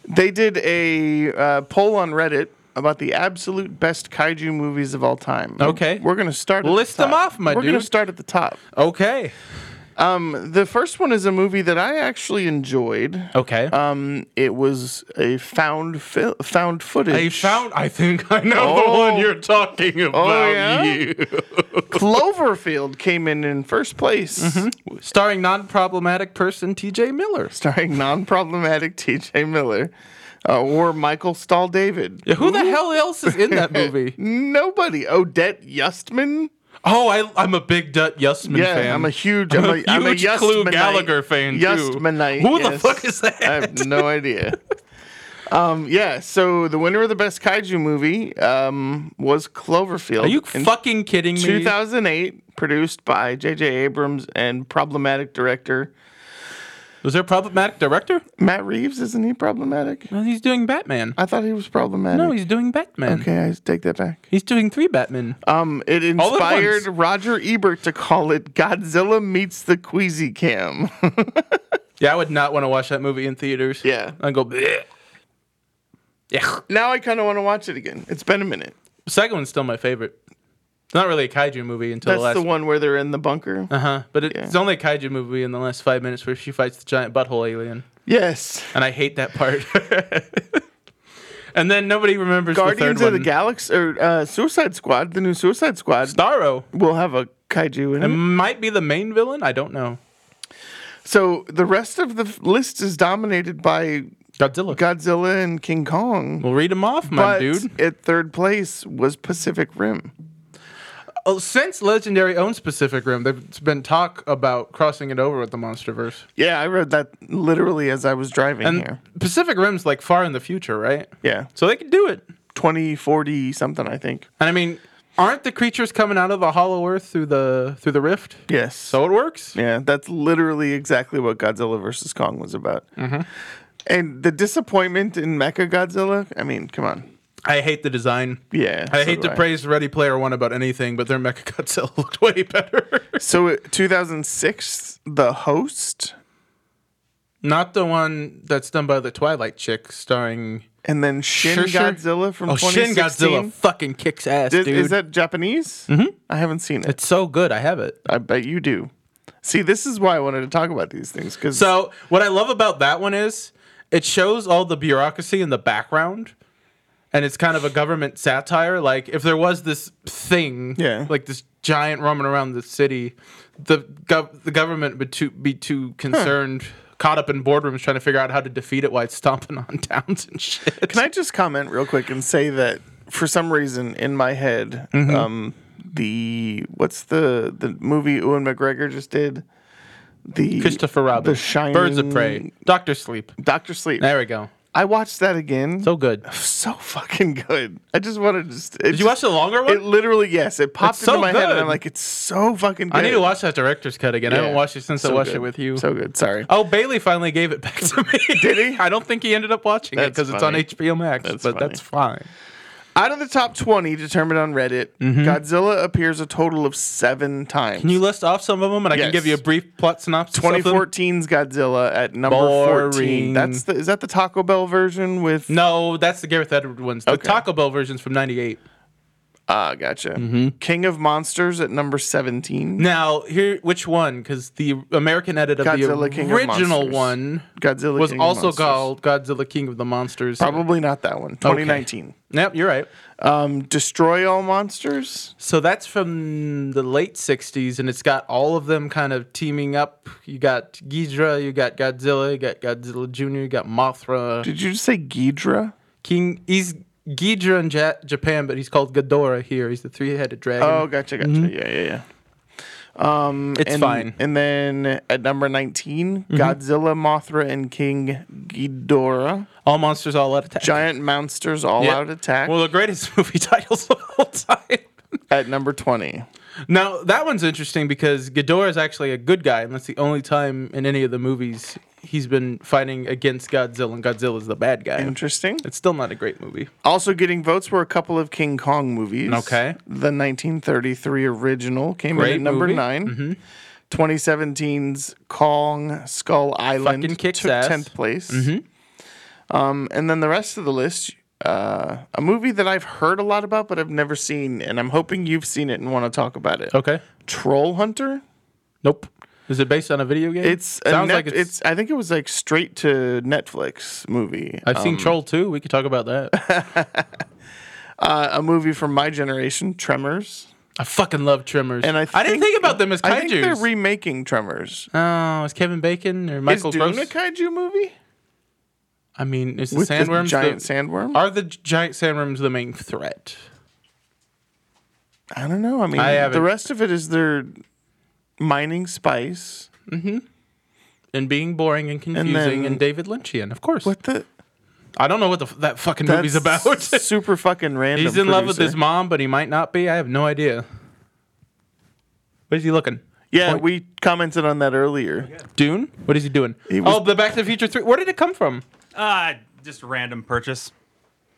S3: They did a uh, poll on Reddit about the absolute best kaiju movies of all time.
S4: Okay.
S3: We're going to start at
S4: List
S3: the top.
S4: them off, my
S3: We're going
S4: dude.
S3: to start at the top.
S4: Okay.
S3: The first one is a movie that I actually enjoyed.
S4: Okay.
S3: Um, it was a found fil- found footage.
S4: I found. I think I know
S3: Oh.
S4: the one you're talking about.
S3: yeah?
S4: you.
S3: Cloverfield came in in first place,
S4: Mm-hmm. Starring non-problematic person T.J. Miller.
S3: starring non-problematic T.J. Miller uh, or Michael Stahl David.
S4: Yeah, Who the hell else is in that movie?
S3: Nobody. Odette Yustman.
S4: oh, I, I'm a big Dut Yusman
S3: Yeah,
S4: fan.
S3: I'm a huge, I'm a,
S4: huge
S3: I'm a Yustmanite.
S4: Clue Gallagher fan too.
S3: Yustmanite.
S4: Who the
S3: yes.
S4: fuck is that?
S3: I have no idea. Um, yeah, so the winner of the best kaiju movie um, was Cloverfield.
S4: Are you
S3: in
S4: fucking kidding me?
S3: 2008, produced by J.J. Abrams and problematic director
S4: Was there a problematic director?
S3: Matt Reeves. Isn't he problematic?
S4: No, he's doing Batman.
S3: I thought he was problematic.
S4: No, he's doing Batman.
S3: okay. I take that back.
S4: He's doing three Batman.
S3: Um, it
S4: All at
S3: inspired
S4: once.
S3: Roger Ebert to call it Godzilla meets the Queasy Cam.
S4: Yeah, I would not want to watch that movie in theaters.
S3: Yeah.
S4: I go. Bleh. Yeah.
S3: now I kind of want to watch it again. It's been a minute.
S4: Second one's still my favorite. It's not really a kaiju movie until
S3: That's
S4: the last
S3: the one where they're in the bunker.
S4: Uh huh. But it,
S3: Yeah.
S4: it's only a kaiju movie in the last five minutes where she fights the giant butthole alien,
S3: Yes.
S4: and I hate that part. and then nobody remembers
S3: Guardians
S4: the
S3: of
S4: third
S3: the
S4: one.
S3: Galaxy or uh, Suicide Squad, the new Suicide Squad,
S4: Starro
S3: will have a kaiju in it.
S4: might be the main villain. I don't know.
S3: So the rest of the f- list is dominated by
S4: Godzilla.
S3: Godzilla and King Kong.
S4: we'll read them off, my
S3: But
S4: dude.
S3: at third place was Pacific Rim.
S4: Oh, since Legendary owns Pacific Rim, there's been talk about crossing it over with the MonsterVerse.
S3: Yeah, I read that literally as I was driving
S4: And
S3: here.
S4: Pacific Rim's like far in the future, right?
S3: Yeah,
S4: So they could do it.
S3: 2040 something, I think.
S4: And I mean, aren't the creatures coming out of the Hollow Earth through the through the rift?
S3: Yes.
S4: So it works.
S3: Yeah, that's literally exactly what Godzilla versus Kong was about.
S4: Mm-hmm.
S3: And the disappointment in Mecha Godzilla. I mean, come on.
S4: I hate the design.
S3: Yeah,
S4: I
S3: so
S4: hate
S3: do
S4: to praise Ready Player One about anything, but their Mecha Godzilla looked way better.
S3: So, uh, 2006, The Host,
S4: Not the one that's done by the Twilight chick, starring
S3: and then Shin
S4: Sure, sure.
S3: Godzilla from
S4: Oh, Shin
S3: 2016.
S4: Godzilla fucking kicks ass,
S3: Did-
S4: dude.
S3: Is that Japanese? Mm-hmm. I haven't seen it.
S4: it's so good. I have it.
S3: I bet you do. See, this is why I wanted to talk about these things because
S4: So what I love about that one is it shows all the bureaucracy in the background. And it's kind of a government satire. Like if there was this thing,
S3: Yeah.
S4: like this giant roaming around the city, the gov- the government would too- be too concerned, caught up in boardrooms trying to figure out how to defeat it while it's stomping on towns and shit.
S3: Can I just comment real quick and say that for some reason in my head,
S4: Mm-hmm.
S3: um, the what's the the movie Ewan McGregor just did? The
S4: Christopher Robin,
S3: the Shining,
S4: Birds of Prey, Doctor Sleep.
S3: Doctor Sleep.
S4: There we go.
S3: I watched that again.
S4: So good.
S3: so fucking good. I just wanted to. It
S4: Did you watch the longer
S3: It
S4: one?
S3: literally yes. It popped
S4: It's so
S3: into my head and I'm
S4: good.
S3: like, it's so fucking. good.
S4: I need to watch that director's cut again. I haven't
S3: Yeah.
S4: watched it since I
S3: So
S4: watched
S3: good.
S4: it with you.
S3: So good. Sorry.
S4: Oh, Bailey finally gave it back to me.
S3: Did he?
S4: I don't think he ended up watching it
S3: That's
S4: because it's on
S3: funny.
S4: HBO Max,
S3: That's
S4: but
S3: funny.
S4: that's fine.
S3: Out of the top 20 determined on Reddit, Godzilla appears a total of seven times.
S4: Can you list off some of them and I can
S3: Yes.
S4: give you a brief plot synopsis? of them?
S3: 2014's Godzilla at number 14.
S4: Boring.
S3: That's the is that the Taco Bell version with
S4: No, that's the Gareth Edwards ones. The
S3: Okay.
S4: Taco Bell version's from 98.
S3: Ah, gotcha.
S4: Mm-hmm.
S3: King of Monsters at number 17.
S4: Now, here, which one? Because the American edit of
S3: Godzilla
S4: the
S3: King of
S4: original
S3: Monsters.
S4: one
S3: Godzilla
S4: was
S3: King of
S4: also
S3: Monsters.
S4: called Godzilla King of the Monsters.
S3: Probably not that one. 2019.
S4: Yep, you're right.
S3: Um, Destroy All Monsters.
S4: So that's from the late 60s, and it's got all of them kind of teaming up. You got Ghidra, you got Godzilla, you got Godzilla Jr., you got Mothra.
S3: Did you just say Ghidra?
S4: King, he's Ghidra in ja- Japan, but he's called Ghidorah here. He's the three headed dragon.
S3: Oh, gotcha, gotcha. Yeah, yeah, yeah.
S4: Mm-hmm. it's
S3: and,
S4: fine. Mm-hmm.
S3: And then at number 19, Godzilla, Mothra, and King Ghidorah.
S4: all monsters, all out attack.
S3: Giant Monsters All
S4: Yeah.
S3: Out Attack
S4: Well, the greatest movie titles of all time.
S3: at number 20.
S4: Now that one's interesting because Ghidorah is actually a good guy, and that's the only time in any of the movies he's been fighting against Godzilla, and Godzilla's the bad guy.
S3: Interesting.
S4: It's still not a great movie.
S3: Also getting votes were a couple of King Kong movies.
S4: Okay.
S3: The 1933 original came in
S4: Great
S3: at number
S4: movie. Mm-hmm.
S3: 9 2017's Kong Skull Island
S4: Fucking kicks
S3: took
S4: ass. Mm-hmm.
S3: 10th place. Um, and then the rest of the list, uh, a movie that I've heard a lot about but I've never seen, and I'm hoping you've seen it and want to talk about it.
S4: Okay.
S3: Troll Hunter.
S4: Nope. Is it based on a video game?
S3: It's a
S4: sounds
S3: net-
S4: like it's.
S3: it's. I think it was like straight to Netflix movie.
S4: I've seen Troll 2. We could talk about that.
S3: a movie from my generation, Tremors.
S4: I fucking love Tremors.
S3: And I,
S4: I didn't think about them as
S3: I think they're
S4: kaiju's.
S3: remaking Tremors.
S4: oh, is Kevin Bacon or Michael
S3: is Dune
S4: Gross?
S3: a kaiju movie?
S4: I mean, is the
S3: With the
S4: sandworms
S3: giant
S4: the,
S3: sandworm?
S4: Are the gi- giant sandworms the main threat?
S3: I don't know. I mean,
S4: I haven't-
S3: the rest of it is they're mining spice.
S4: And being boring and confusing
S3: then-
S4: and David Lynchian, of course.
S3: What the?
S4: I don't know what the, f- that fucking
S3: That's
S4: movie's about.
S3: super fucking random.
S4: He's in love with
S3: producer.
S4: his mom, but he might not be. I have no idea. Where's he looking?
S3: Yeah,
S4: Point-
S3: we commented on that earlier.
S4: Dune? What is he doing?
S3: He was-
S4: oh, the Back to the Future 3. Where did it come from?
S5: Uh, just random purchase.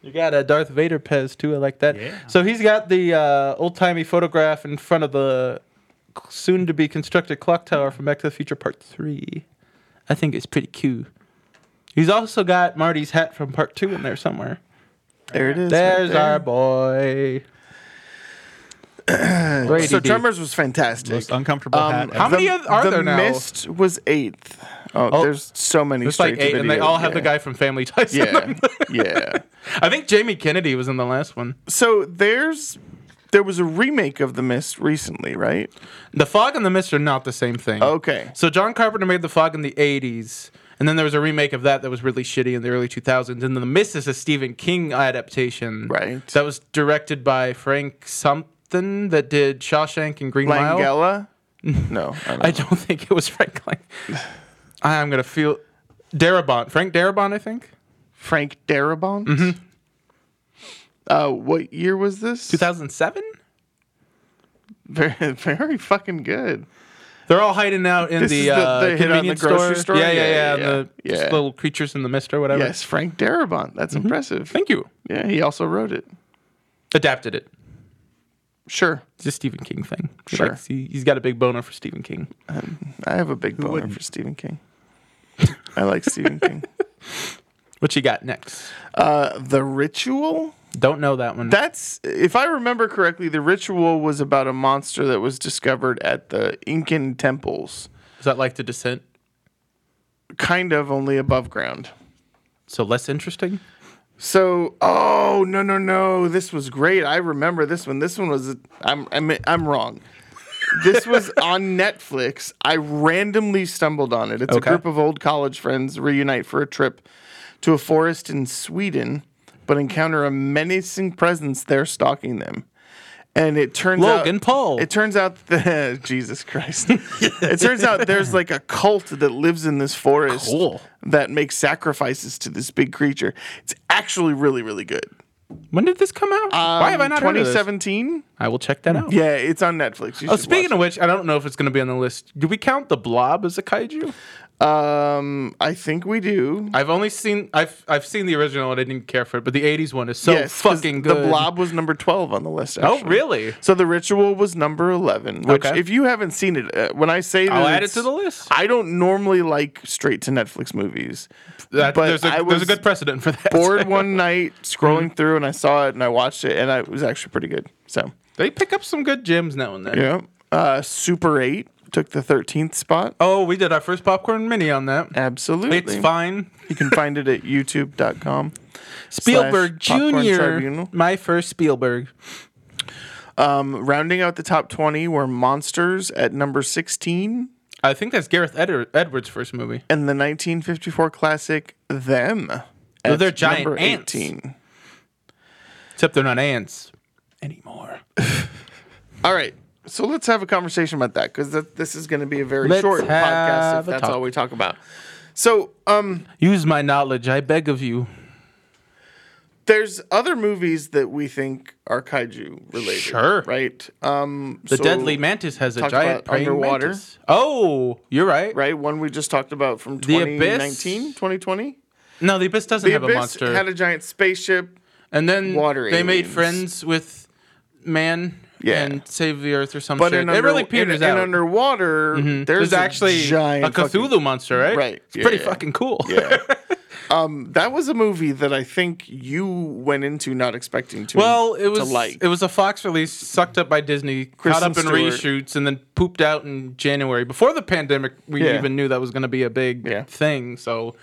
S4: You got a Darth Vader Pez too. I like that.
S5: Yeah.
S4: So he's got the uh, old timey photograph in front of the soon to be constructed clock tower from Back to the Future Part 3. I think it's pretty cute. He's also got Marty's hat from Part 2 in there somewhere.
S3: There it is.
S4: There's
S3: right there.
S4: our boy.
S3: So
S4: Brady D.
S3: Tremors was fantastic.
S5: Most uncomfortable
S3: Um,
S5: hat.
S4: Um, How many oth- are
S3: the
S4: there now?
S3: Mist was eighth. Oh,
S4: Oh,
S3: there's so many.
S4: It's like
S3: straight
S4: eight,
S3: to
S4: and they
S3: video.
S4: all have
S3: yeah.
S4: the guy from Family Ties. in
S3: Yeah,
S4: them.
S3: yeah.
S4: I think Jamie Kennedy was in the last one.
S3: So there's there was a remake of The Mist recently, right?
S4: The Fog and the Mist are not the same thing.
S3: Okay.
S4: So John Carpenter made The Fog in the 80s, and then there was a remake of that that was really shitty in the early 2000s. And The Mist is a Stephen King adaptation.
S3: Right.
S4: That was directed by Frank something that did Shawshank and Green Mile.
S3: Langella? No. I
S4: I
S3: don't.
S4: don't think it was Frank Lang. I am going to feel. Darabont. Frank Darabont, I think.
S3: Frank Darabont?
S4: Mm-hmm.
S3: Uh, what year was this?
S4: 2007?
S3: Very, very fucking good.
S4: They're all hiding out in
S3: This
S4: the,
S3: is the-
S4: uh,
S3: the hit on the
S4: convenience
S3: grocery store?
S4: store. Yeah, yeah,
S3: Yeah,
S4: yeah.
S3: yeah,
S4: and
S3: yeah.
S4: the just
S3: Yeah.
S4: little creatures in the mist or whatever.
S3: Yes, Frank Darabont. That's impressive.
S4: Mm-hmm. Thank you.
S3: Yeah, he also wrote it.
S4: Adapted it.
S3: Sure.
S4: It's a Stephen King thing. He
S3: Sure.
S4: likes- he, he's got a big boner for Stephen King.
S3: I have a big boner for Stephen King. I like Stephen King.
S4: What you got next?
S3: Uh, the Ritual?
S4: Don't know that one.
S3: That's, if I remember correctly, The Ritual was about a monster that was discovered at the Incan temples,
S4: Is that like The Descent?
S3: kind of only above ground.
S4: So less interesting?
S3: So, oh no no no, this was great. I remember this one. This one was I'm I'm I'm wrong. This was on Netflix. I randomly stumbled on it. It's
S4: Okay.
S3: a group of old college friends reunite for a trip to a forest in Sweden, but encounter a menacing presence there stalking them. And it turns
S4: Logan
S3: out
S4: Paul.
S3: It turns out that Jesus Christ. it turns out there's like a cult that lives in this forest
S4: Cool.
S3: that makes sacrifices to this big creature. It's actually really, really good.
S4: When did this come out? Why have I
S3: Um,
S4: not heard of this?
S3: 2017?
S4: I will check that out.
S3: Yeah, it's on Netflix. You
S4: Oh,
S3: should
S4: speaking
S3: watch
S4: of which, I don't know if it's going to be on the list. Do we count the Blob as a kaiju?
S3: it. Um, I think we do.
S4: I've only seen I've I've seen the original and I didn't care for it, but the '80s one is so
S3: 'cause
S4: fucking good.
S3: The Blob was number twelve on the list.
S4: Oh,
S3: actually.
S4: really?
S3: So the Ritual was number eleven. Which,
S4: Okay.
S3: if you haven't seen it, uh, when I say that
S4: I'll add it
S3: it's-
S4: to the list.
S3: I don't normally like straight to Netflix movies.
S4: That,
S3: but
S4: there's, a,
S3: I
S4: there's
S3: was
S4: a good precedent for that.
S3: Bored one night, scrolling
S4: Mm-hmm.
S3: through, and I saw it and I watched it, and I, it was actually pretty good. So
S4: They pick up some good gems now and then.
S3: yeah, uh, Super Eight took the thirteenth spot.
S4: Oh, we did our first popcorn mini on that.
S3: Absolutely,
S4: It's fine.
S3: You can find it at YouTube.com.
S4: Spielberg
S3: slash Popcorn
S4: Jr.
S3: Tribunal.
S4: My first Spielberg.
S3: Um, rounding out the top twenty were Monsters at number sixteen.
S4: I think that's Gareth Eder- Edwards' first movie.
S3: and the 1954 classic Them. at
S4: they're giant
S3: number
S4: ants.
S3: 18.
S4: Except they're not ants anymore.
S3: All right. So let's have a conversation about that because th- this is going to be a very
S4: Let's
S3: short podcast if
S4: have a
S3: that's
S4: talk.
S3: all we talk about. So, um,
S4: Use my knowledge, I beg of you.
S3: there's other movies that we think are kaiju related.
S4: Sure.
S3: Right. Um,
S4: The deadly mantis has a
S3: talk
S4: giant
S3: about
S4: praying
S3: underwater.
S4: mantis. Oh, you're right.
S3: Right. One we just talked about from
S4: The Abyss?
S3: 2019, 2020.
S4: No, the abyss doesn't
S3: The
S4: have
S3: Abyss
S4: a monster.
S3: had a giant spaceship.
S4: and then
S3: water
S4: they made
S3: aliens.
S4: friends with man
S3: Yeah.
S4: and save the earth or some
S3: But
S4: shit.
S3: in
S4: it really
S3: under- in-
S4: peters
S3: in
S4: out. Mm-hmm.
S3: underwater, there's,
S4: There's actually
S3: a, giant
S4: a
S3: fucking-
S4: Cthulhu monster, right?
S3: Right,
S4: It's pretty
S3: yeah.
S4: fucking cool.
S3: Yeah. um, that was a movie that I think you went into not expecting to.
S4: Well, it
S3: to
S4: was
S3: like.
S4: it was a Fox release, sucked up by Disney, caught
S3: Kristen
S4: up in
S3: Stewart.
S4: reshoots, and then pooped out in January before the pandemic. We
S3: Yeah.
S4: even knew that was going to be a big
S3: Yeah.
S4: thing, so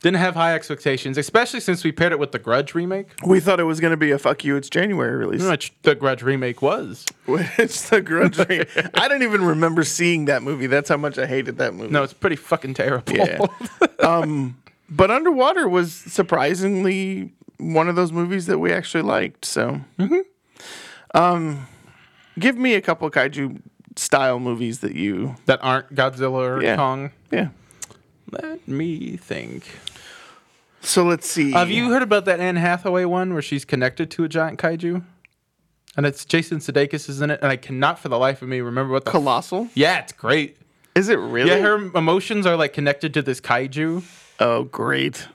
S4: didn't have high expectations, especially since we paired it with the Grudge remake,
S3: we thought it was going to be a fuck you. It's January release.
S4: which the Grudge remake was.
S3: Which the Grudge. re- I don't even remember seeing that movie. That's how much I hated that movie.
S4: No, it's pretty fucking terrible.
S3: Yeah. but Underwater was surprisingly one of those movies that we actually liked. So, um,
S4: Mm-hmm.
S3: give me a couple kaiju style movies that you.
S4: that aren't Godzilla or
S3: Yeah.
S4: Kong.
S3: Yeah.
S4: Let me think.
S3: So let's see.
S4: Have you heard about that Anne Hathaway one where she's connected to a giant kaiju? And it's Jason Sudeikis is in it, and I cannot for the life of me remember what the
S3: Colossal?
S4: Yeah, it's great.
S3: Is it really?
S4: Yeah, her emotions are like connected to this kaiju.
S3: Oh, great.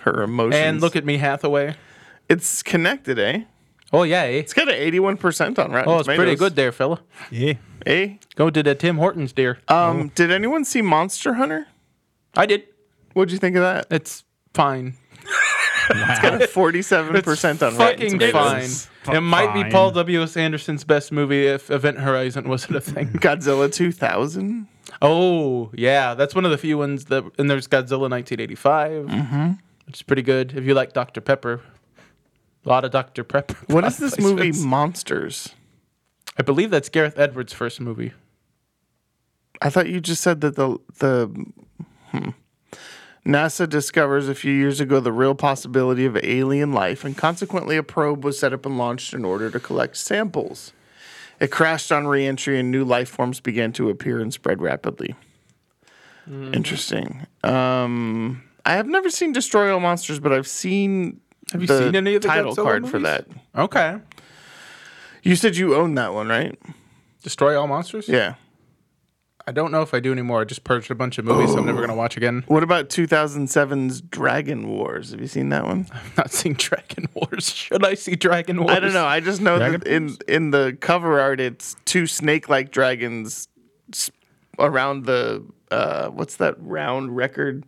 S3: Her emotions.
S4: And look at me, Hathaway.
S3: It's connected, eh?
S4: Oh yeah, eh?
S3: It's got an 81% on Rotten
S4: oh, it's pretty
S3: Tomatoes,
S4: good there, fella.
S5: Yeah.
S3: Eh?
S4: Go to the Tim Hortons, dear.
S3: Um, did anyone see Monster Hunter?
S4: Uh, I did.
S3: What'd you think of that?
S4: It's fine.
S5: Wow.
S3: Got a 47% on Rotten
S4: Fucking fine.
S3: Tomatoes.
S5: Fu-
S4: it might be
S5: fine.
S4: Paul W. S. Anderson's best movie if Event Horizon wasn't a thing.
S3: Godzilla 2000.
S4: Oh yeah, that's one of the few ones that. And there's Godzilla 1985, which is pretty good. If you like Dr. Pepper, a lot of Dr. Pepper.
S3: What is this movie,
S4: populations.
S3: Monsters?
S4: I believe that's Gareth Edwards' first movie.
S3: I thought you just said that the the hmm. NASA discovers a few years ago the real possibility of alien life, and consequently, a probe was set up and launched in order to collect samples. It crashed on reentry, and new life forms began to appear and spread rapidly.
S4: Hmm.
S3: Interesting. Um, I have never seen Destroy All Monsters, but I've seen.
S4: Have you seen any of the
S3: title
S4: Godzilla
S3: card for
S4: movies?
S3: that?
S4: Okay.
S3: You said you own that one, right?
S4: Destroy All Monsters?
S3: Yeah.
S4: I don't know if I do anymore. I just purged a bunch of movies I'm never going to watch again.
S3: What about 2007's Dragon Wars? Have you seen that one?
S4: I'm not seeing Dragon Wars. Should I see Dragon Wars?
S3: I don't know. I just know
S5: Dragon
S3: that in in the cover art, it's two snake-like dragons s- around the uh, what's that round record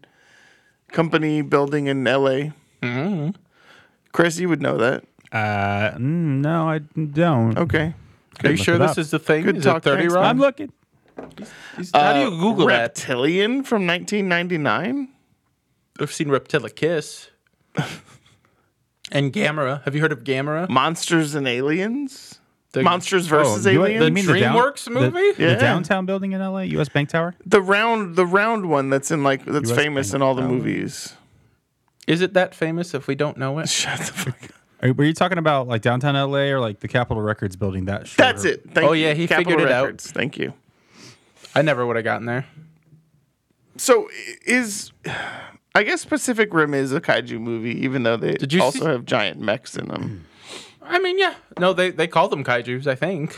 S3: company building in L.A.
S5: Mm-hmm.
S3: Chris, you would know that.
S5: Uh, mm, no, I don't.
S3: Okay.
S4: Are you
S5: Look
S4: sure
S5: it
S4: this
S5: up.
S4: is the thing?
S3: Good
S4: is
S3: talk,
S4: it 30
S3: thanks,
S4: Rock?
S5: I'm looking.
S4: Is- How do you
S3: Uh,
S4: Google that?
S3: Reptilian from 1999.
S4: I've seen Reptila Kiss. and Gamera. Have you heard of Gamera?
S3: Monsters and Aliens.
S4: The-
S3: Monsters versus
S5: Oh, you-
S3: Aliens.
S5: you mean the down-
S4: DreamWorks
S5: the-
S4: movie?
S5: The,
S3: Yeah.
S5: downtown building in LA, U.S. Bank Tower.
S3: the round, the round one that's in like that's
S5: US
S3: famous in all the movies.
S4: Is it that famous if we don't know it?
S3: Shut the fuck up.
S5: Are, were you talking about like downtown LA or like the Capitol Records building? That shorter-
S3: That's it. Thank
S4: Oh,
S3: you.
S4: yeah, he figured it out.
S3: it out. Thank you.
S4: I never would have gotten there.
S3: So i- is I guess Pacific Rim is a kaiju movie, even though they
S4: you
S3: also
S4: see-
S3: have giant mechs in them.
S4: I mean, yeah. No, they, they call them kaijus, I think.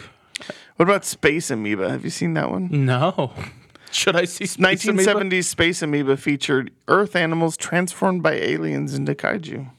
S3: What about Space Amoeba? Have you seen that one?
S4: No. Should I see Space Mm-hmm. Amoeba?
S3: 1970s Space Amoeba featured Earth animals transformed by aliens into kaiju.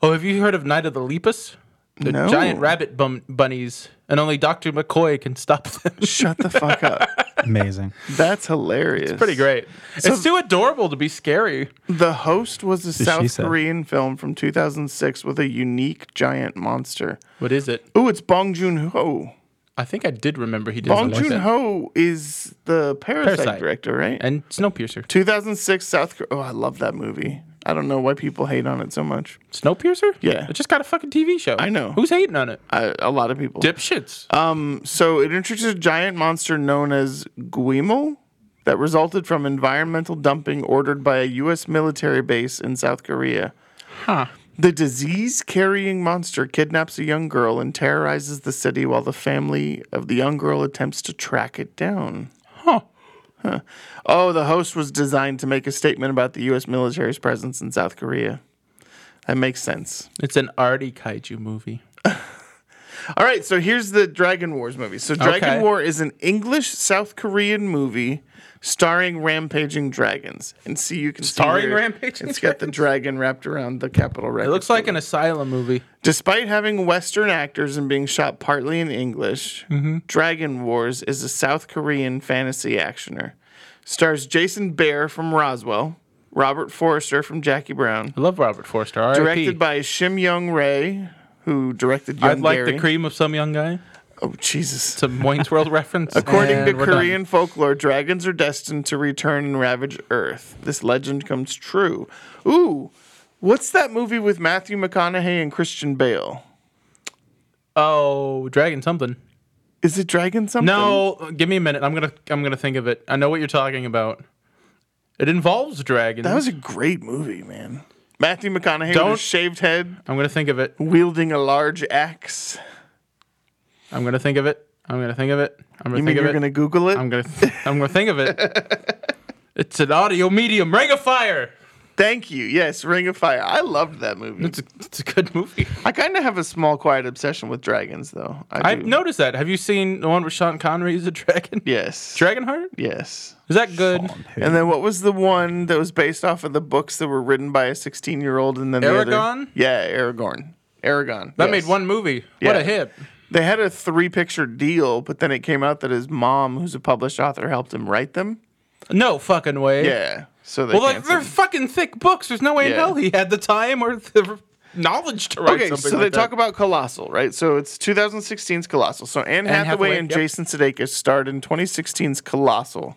S4: Oh, have you heard of Night of the Lepus? The
S3: No.
S4: giant rabbit bum- bunnies, and only Dr. McCoy can stop them.
S3: Shut the fuck up.
S5: Amazing.
S3: That's hilarious.
S4: Pretty great. it's too adorable to be scary.
S3: The Host was a South
S5: said.
S3: Korean film from 2006 with a unique giant monster.
S4: What is it?
S3: Ooh, it's Bong Joon Ho.
S4: I think I did remember he did
S3: Bong
S4: something like
S3: Joon
S4: that.
S3: Ho is the Parasite,
S4: Parasite.
S3: director, right?
S4: and Snowpiercer.
S3: 2006 South Korea. Oh, I love that movie. I don't know why people hate on it so much.
S4: Snowpiercer?
S3: Yeah.
S4: It just got a fucking TV show.
S3: I know. Uh,
S4: Who's hating on it?
S3: I, a lot of people.
S4: Dipshits.
S3: So it introduced a giant monster known as Guimel that resulted from environmental dumping ordered by a U.S. military base in South Korea.
S4: huh.
S3: The disease carrying monster kidnaps a young girl and terrorizes the city while the family of the young girl attempts to track it down.
S4: Huh.
S3: Oh, the host was designed to make a statement about the U.S. military's presence in South Korea. That makes sense.
S4: It's an arty kaiju movie.
S3: All right, so here's the Dragon Wars movie. So Dragon
S4: Okay.
S3: War is an English South Korean movie starring rampaging dragons. And see, you can see
S4: Starring
S3: here,
S4: rampaging
S3: It's got the dragon wrapped around the Capitol
S4: It
S3: record.
S4: looks like an asylum movie.
S3: Despite having Western actors and being shot partly in English,
S4: Mm-hmm.
S3: Dragon Wars is a South Korean fantasy actioner. Stars Jason Bear from Roswell, Robert Forrester from Jackie Brown,
S4: I love Robert Forster. R.I.P.
S3: directed by Shim Young Ray, who directed Young
S4: I'd like
S3: Gary.
S4: the cream of some young guy.
S3: oh Jesus!
S4: It's a Wayne's World reference.
S3: According to
S4: and we're done.
S3: Korean folklore, dragons are destined to return and ravage Earth. This legend comes true. Ooh, what's that movie with Matthew McConaughey and Christian Bale?
S4: Oh, Dragon something.
S3: Is it Dragon something?
S4: No, give me a minute. I'm gonna I'm gonna think of it. I know what you're talking about. It involves dragons.
S3: That was a great movie, man. Matthew McConaughey
S4: Don't-
S3: with a shaved head,
S4: I'm gonna think of it.
S3: wielding a large axe.
S4: I'm gonna think of it. I'm gonna think of it. I'm gonna
S3: You mean
S4: think
S3: you're
S4: of it.
S3: gonna Google it?
S4: I'm gonna th- I'm gonna think of it. It's an audio medium. Ring of Fire.
S3: Thank you. Yes, Ring of Fire. I loved that movie.
S4: It's a, it's a good movie.
S3: I kind of have a small, quiet obsession with dragons, though. I
S4: I've
S3: do.
S4: noticed that. Have you seen the one where Sean Connery is a dragon?
S3: Yes.
S4: Dragonheart?
S3: yes.
S4: Is that good?
S3: And then what was the one that was based off of the books that were written by a 16 year old? And then The other?
S4: Aragorn?
S3: Yeah, Aragorn. Aragon.
S4: That
S3: yes.
S4: made one movie. What
S3: Yeah.
S4: a hit.
S3: They had a three picture deal, but then it came out that his mom, who's a published author, helped him write them.
S4: No fucking way.
S3: Yeah. So they
S4: Well, like
S3: canceled
S4: they're fucking thick books. There's no way in
S3: Yeah.
S4: hell he had the time or the knowledge to write
S3: Okay,
S4: something
S3: so
S4: like
S3: they
S4: that.
S3: talk about Colossal, right? So it's 2016's Colossal. So Anne, Hathaway,
S4: Hathaway,
S3: and
S4: yep.
S3: Jason Sudeikis starred in 2016's Colossal.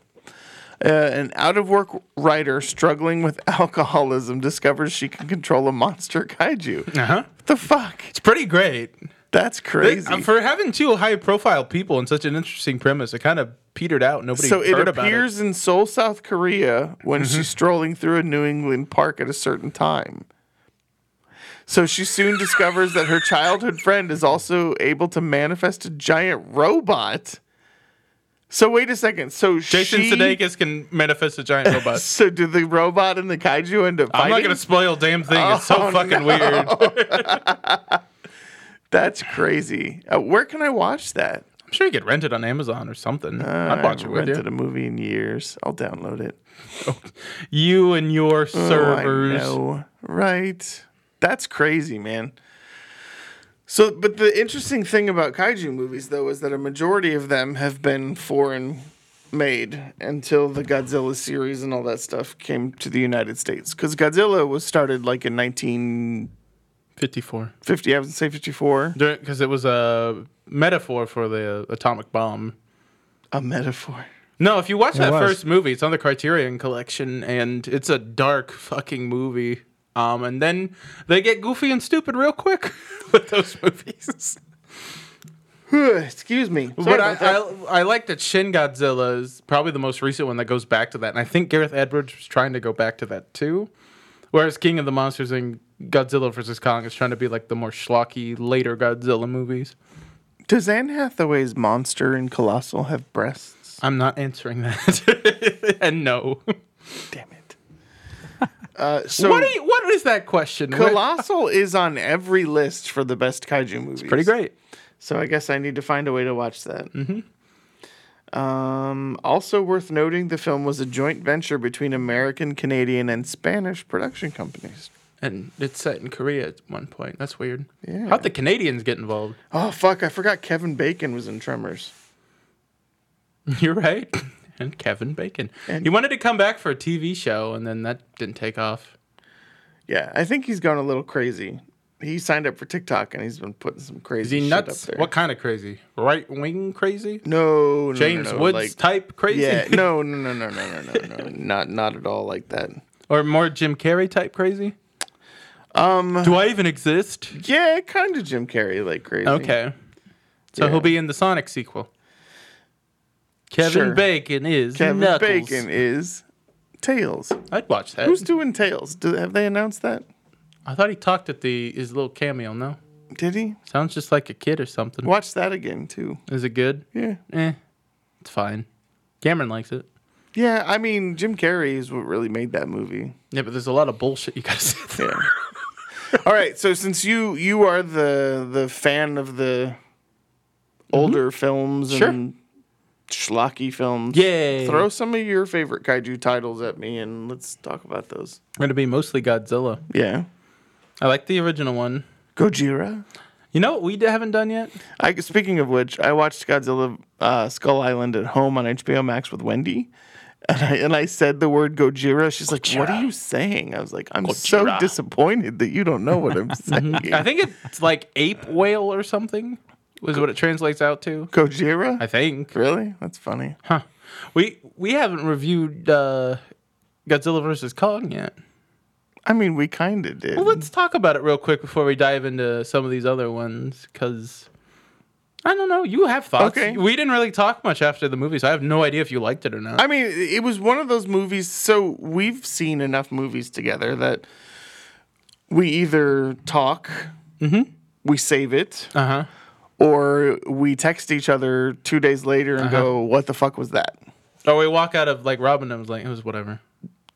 S3: Uh, an out-of-work writer struggling with alcoholism discovers she can control a monster kaiju.
S4: Uh-huh.
S3: What the fuck?
S4: It's pretty great.
S3: That's
S4: They-
S3: crazy.
S4: uh, for having two high-profile people and such an interesting premise, it kind of petered out. Nobody
S3: so it
S4: heard about it. Mm-hmm.
S3: appears in Seoul, South Korea, when she's strolling through a New England park at a certain time. So she soon discovers that her childhood friend is also able to manifest a giant robot. So wait a second. So
S4: Jason
S3: she,
S4: Sudeikis can manifest a giant robot.
S3: So did the robot and the kaiju end up? Fighting?
S4: I'm not gonna spoil damn thing. it's so
S3: Oh,
S4: fucking weird. I'm
S3: That's crazy. Uh, where can I watch that?
S4: sure you could rent it on Amazon or something. I'd
S3: Uh, I
S4: watch it
S3: haven't
S4: with
S3: rented
S4: you.
S3: a movie in years. I'll download it.
S4: You and your servers.
S3: Oh, I know. Right. That's crazy, man. So, but the interesting thing about kaiju movies, though, is that a majority of them have been foreign made until the Godzilla series and all that stuff came to the United States. Because Godzilla was started like in 1950,
S4: 54.
S3: I would say 54.
S4: Because it was a metaphor for the atomic bomb.
S3: A metaphor.
S4: No, if you watch that
S5: was.
S4: first movie, it's on the Criterion Collection, and it's a dark fucking movie. Um, and then they get goofy and stupid real quick with those movies.
S3: Excuse me. Sorry
S4: but I,
S3: about that.
S4: I, I like that Shin Godzilla is probably the most recent one that goes back to that, and I think Gareth Edwards was trying to go back to that too. Whereas King of the Monsters and Godzilla vs Kong is trying to be like the more schlocky later Godzilla movies.
S3: Does Anne Hathaway's monster in Colossal have breasts?
S4: I'm not answering that, and no.
S3: Damn it. Uh, so
S4: what do you, what is that question? What-
S3: Colossal is on every list for the best kaiju movies.
S4: Pretty great.
S3: So I guess I need to find a way to watch that. Mm-hmm. Um, also worth noting, the film was a joint venture between American, Canadian, and Spanish production companies.
S4: And it's set in Korea at one point. That's weird.
S3: Yeah.
S4: How'd the Canadians get involved?
S3: Oh fuck! I forgot Kevin Bacon was in Tremors.
S4: You're right. And Kevin Bacon.
S3: And-
S4: he wanted to come back for a TV show, and then that didn't take off.
S3: Yeah, I think he's gone a little crazy. He signed up for TikTok and he's been putting some
S4: Is
S3: crazy
S4: he
S3: shit
S4: nuts?
S3: up there.
S4: What kind of crazy? Right wing crazy?
S3: No, no, no,
S4: James
S3: no,
S4: Woods
S3: like-
S4: type crazy?
S3: Yeah, no, no, no, no, no, no, no, no, not not at all like that.
S4: or more Jim Carrey type crazy? Um, Do I even exist?
S3: Yeah, kind of Jim Carrey like crazy.
S4: Okay. So
S3: Yeah.
S4: he'll be in the Sonic sequel. Kevin
S3: Sure.
S4: Bacon is
S3: Kevin
S4: Knuckles. Uh,
S3: Bacon is Tails.
S4: I'd watch that.
S3: Who's doing Tails? Do, have they announced that?
S4: I thought he talked at the his little cameo. No,
S3: Did he?
S4: sounds just like a kid or something.
S3: Watch that again too.
S4: Is it good?
S3: Yeah.
S4: Eh, it's fine. Cameron likes it.
S3: Yeah, I mean Jim Carrey is what really made that movie.
S4: Yeah, but there's a lot of bullshit you gotta say.
S3: Yeah. All right, so since you you are the the fan of the older films
S4: Mm-hmm. Sure.
S3: and schlocky films,
S4: Yay!
S3: throw some of your favorite kaiju titles at me and let's talk about those.
S4: I'm gonna be mostly Godzilla.
S3: Yeah.
S4: I like the original one.
S3: Gojira.
S4: You know what we d- haven't done yet?
S3: I speaking of which, I watched Godzilla uh, Skull Island at home on HBO Max with Wendy. And I, and I said the word Gojira. She's like, "What are you saying?" I was like, "I'm so
S4: Gojira. Mhm.
S3: disappointed that you don't know what I'm saying."
S4: I think it's like ape whale or something. Was what it translates out to.
S3: Gojira.
S4: I think.
S3: really? That's funny.
S4: Huh. We we haven't reviewed uh, Godzilla versus Kong yet.
S3: I mean, we kind of did.
S4: Well, let's talk about it real quick before we dive into some of these other ones, because I don't know. You have thoughts.
S3: Okay.
S4: We didn't really talk much after the movie, so I have no idea if you liked it or not.
S3: I mean, it was one of those movies. So we've seen enough movies together that we either talk,
S4: Mm-hmm.
S3: we save it,
S4: Uh huh.
S3: or we text each other two days later and
S4: Uh-huh.
S3: go, "What the fuck was that?"
S4: Or we walk out of like Robin and was like, it was whatever.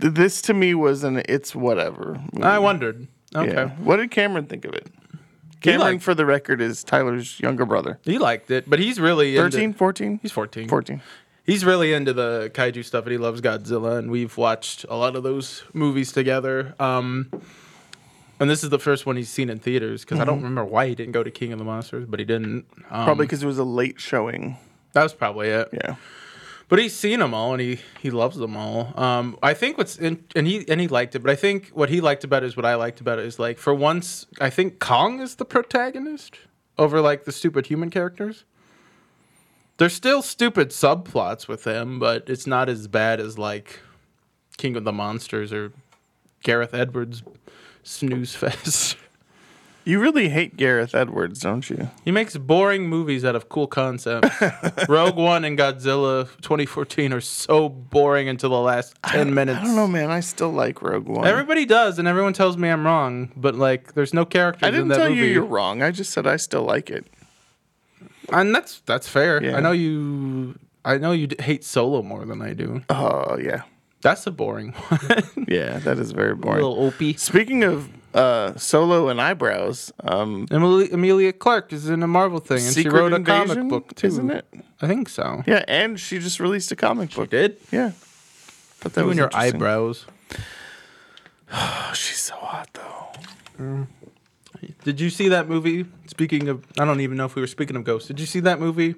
S3: Th- This to me was an "it's whatever."
S4: I wondered.
S3: Yeah.
S4: Okay.
S3: What did Cameron think of it? Cameron,
S4: liked-
S3: for the record, is Tyler's younger brother.
S4: He liked it, but he's really
S3: 13,
S4: Into,
S3: 14?
S4: he's 14.
S3: 14.
S4: He's really into the kaiju stuff, and he loves Godzilla. And we've watched a lot of those movies together. Um, and this is the first one he's seen in theaters because I don't
S3: Mm-hmm.
S4: remember why he didn't go to King of the Monsters, but he didn't. Um,
S3: Probably because it was a late showing.
S4: that was probably it.
S3: Yeah.
S4: But he's seen them all, and he he loves them all. Um, I think what's in, and he and he liked it, but I think what he liked about it is what I liked about it is like for once, I think Kong is the protagonist over like the stupid human characters. There's still stupid subplots with him, but it's not as bad as like King of the Monsters or Gareth Edwards snooze fest.
S3: You really hate Gareth Edwards, don't you?
S4: He makes boring movies out of cool concepts. Rogue One and Godzilla 2014 are so boring until the last 10 minutes.
S3: I don't know, man. I still like Rogue One.
S4: Everybody does, and everyone tells me I'm wrong, but like, there's no characters
S3: I didn't
S4: in that
S3: tell
S4: movie.
S3: you you're wrong. I just said I still like it.
S4: and that's that's fair.
S3: Yeah.
S4: I know you. I know you d- hate Solo more than I do.
S3: Oh yeah,
S4: That's a boring one.
S3: yeah. That is very boring.
S4: Little opie.
S3: Speaking of uh, solo and eyebrows, um,
S4: Emily, Amelia Clark is in a Marvel thing, and
S3: Secret
S4: she wrote a
S3: Invasion,
S4: comic book too.
S3: isn't it?
S4: I think so.
S3: Yeah, and she just released a comic book.
S4: Did
S3: Yeah. But that
S4: you and your
S3: interesting.
S4: eyebrows?
S3: Oh, she's so hot though.
S4: Did you see that movie? Speaking of, I don't even know if we were speaking of ghosts. Did you see that movie?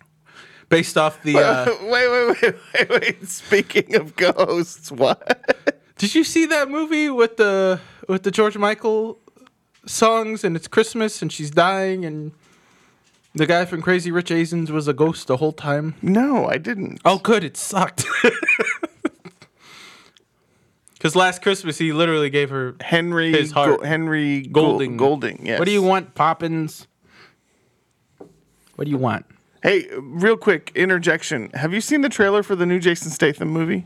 S4: Based off the. Uh,
S3: wait, wait, wait, wait, wait. Speaking of ghosts, what?
S4: did you see that movie with the with the George Michael songs and it's Christmas and she's dying and the guy from Crazy Rich Asians was a ghost the whole time?
S3: No, I didn't.
S4: Oh, good. It sucked. Because last Christmas he literally gave her.
S3: Henry
S4: His heart.
S3: Go- Henry Go-
S4: Golding.
S3: Golding. Yes.
S4: What do you want, Poppins? What do you want?
S3: Hey, real quick interjection. Have you seen the trailer for the new Jason Statham movie?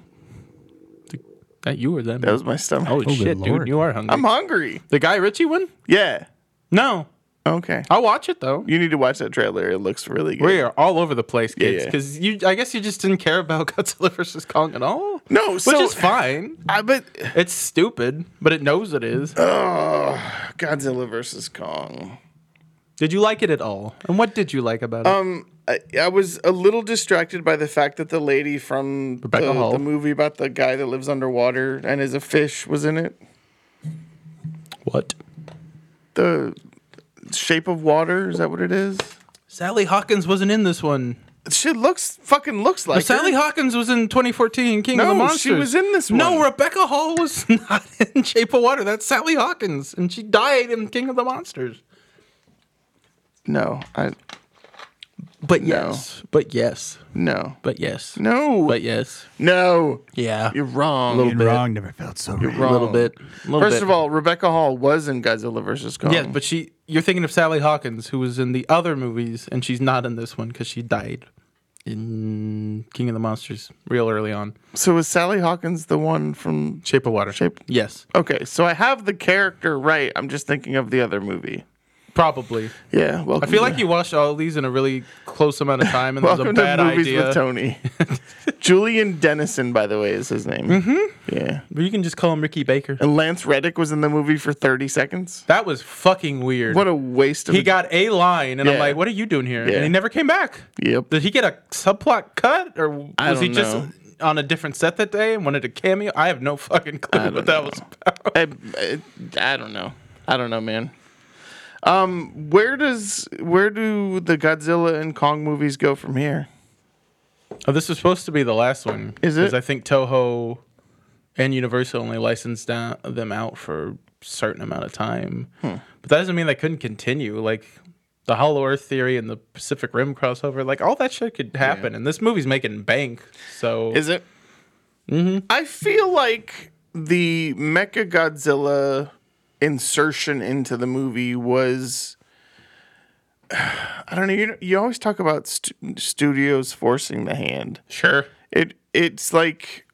S4: That you or them?
S3: That was my stomach.
S4: Holy
S5: Oh, good
S4: shit, dude!
S5: lord.
S4: You are hungry.
S3: I'm hungry.
S4: The Guy Ritchie one?
S3: Yeah.
S4: No.
S3: Okay.
S4: I'll watch it though.
S3: You need to watch that trailer. It looks really good.
S4: We are all over the place, kids.
S3: yeah.
S4: Because you, I guess you just didn't care about Godzilla versus Kong at all.
S3: No,
S4: which
S3: so-
S4: is fine.
S3: I but
S4: It's stupid, but it knows it is.
S3: Uh, Godzilla versus Kong.
S4: Did you like it at all? And what did you like about it? Um,
S3: I, I was a little distracted by the fact that the lady from the,
S4: Rebecca Hall.
S3: the movie about the guy that lives underwater and is a fish was in it.
S4: What?
S3: The Shape of Water is that what it is?
S4: Sally Hawkins wasn't in this one.
S3: She looks fucking looks like
S4: Sally
S3: her.
S4: Hawkins was in 2014 King of
S3: No,
S4: the
S3: she
S4: Monsters.
S3: was in this
S4: No,
S3: one.
S4: Rebecca Hall was not in Shape of Water. That's Sally Hawkins, and she died in King of the Monsters.
S3: No, I
S4: But
S3: No.
S4: yes, but yes,
S3: no
S4: but yes,
S3: no
S4: but yes,
S3: no.
S4: yeah,
S3: You're wrong.
S4: Little
S5: Being
S4: bit.
S5: wrong never felt so right.
S4: a little
S3: wrong.
S4: bit. a little
S3: First
S4: bit.
S3: of all, Rebecca Hall was in Godzilla vs Kong.
S4: yeah, but she. You're thinking of Sally Hawkins, who was in the other movies, and she's not in this one because she died in King of the Monsters real early on.
S3: so is Sally Hawkins the one from?
S4: Shape of Water.
S3: Shape-
S4: Yes,
S3: Okay, so I have the character right. I'm just thinking of the other movie.
S4: probably.
S3: Yeah, well,
S4: I feel like you watched all these in a really close amount of time, and that was a
S3: Welcome to
S4: bad
S3: movies with
S4: idea.
S3: Tony. Julian Dennison, by the way, is his name. Mm-hmm. Yeah,
S4: Or you can just call him Ricky Baker.
S3: and Lance Reddick was in the movie for 30 seconds.
S4: That was fucking weird.
S3: What a waste of.
S4: he
S3: a-
S4: got a line, and I'm
S3: Yeah.
S4: like, "What are you doing here?"
S3: Yeah.
S4: And he never came back.
S3: Yep.
S4: Did he get a subplot cut, or was
S3: I
S4: he
S3: don't
S4: just
S3: know.
S4: on a different set that day and wanted a cameo? I have no fucking clue
S3: don't
S4: what that
S3: know.
S4: was about.
S3: I, I, I don't know. I don't know, man. Um, where does where do the Godzilla and Kong movies go from here?
S4: Oh, this was supposed to be the last one.
S3: Is it?
S4: Because I think Toho and Universal only licensed down, them out for a certain amount of time.
S3: Hmm.
S4: But that doesn't mean they couldn't continue. Like the Hollow Earth theory and the Pacific Rim crossover, like all that shit could happen. And this movie's making bank. So
S3: Is it?
S4: Mm-hmm.
S3: I feel like the Mecha Godzilla insertion into the movie was. I don't know. You, you always talk about stu- studios forcing the hand.
S4: sure.
S3: It it's like,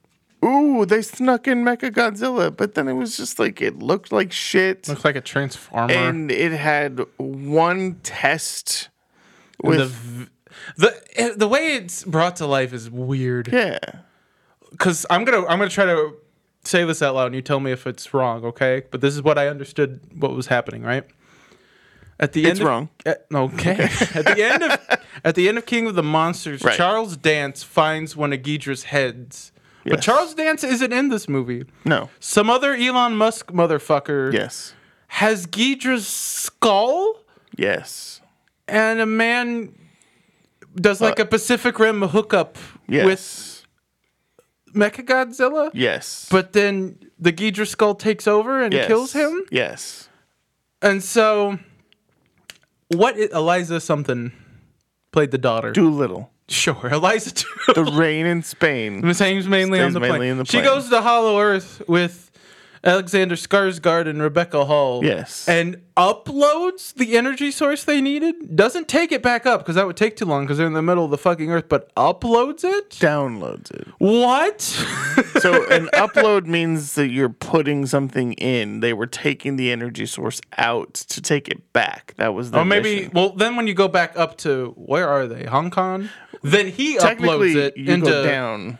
S3: ooh, they snuck in Mecha Godzilla, but then it was just like it looked like shit,
S4: Looks like a transformer.
S3: and it had one test with
S4: the v- the eh, the way it's brought to life is weird.
S3: yeah.
S4: because I'm gonna I'm gonna try to say this out loud, and you tell me if it's wrong, okay? But this is what I understood what was happening, right? At the
S3: It's
S4: end, of-
S3: wrong.
S4: eh, okay. at the end of at the end of King of the Monsters,
S3: Right.
S4: Charles Dance finds one of Ghidra's heads, but
S3: Yes.
S4: Charles Dance isn't in this movie.
S3: No.
S4: Some other Elon Musk motherfucker
S3: Yes.
S4: has Ghidra's skull,
S3: Yes.
S4: and a man does like a Pacific Rim hookup
S3: Uh, Yes.
S4: with Mechagodzilla.
S3: yes.
S4: But then the Ghidra skull takes over and
S3: Yes.
S4: kills him.
S3: Yes.
S4: And so, what i Eliza something played the daughter?
S3: Doolittle.
S4: Sure, Eliza. Too.
S3: The rain in Spain.
S4: Miss Haynes mainly on
S3: Stays
S4: the
S3: mainly
S4: plane.
S3: in the
S4: She
S3: plane.
S4: goes to Hollow Earth with Alexander Skarsgård and Rebecca Hall.
S3: Yes.
S4: And uploads the energy source they needed. Doesn't take it back up because that would take too long because they're in the middle of the fucking Earth. But uploads it.
S3: Downloads it.
S4: What?
S3: So an upload means that you're putting something in. They were taking the energy source out to take it back. That was the
S4: Or maybe,
S3: mission.
S4: well, then when you go back up to where are they? Hong Kong. Then he
S3: technically
S4: uploads it
S3: you
S4: into.
S3: go down,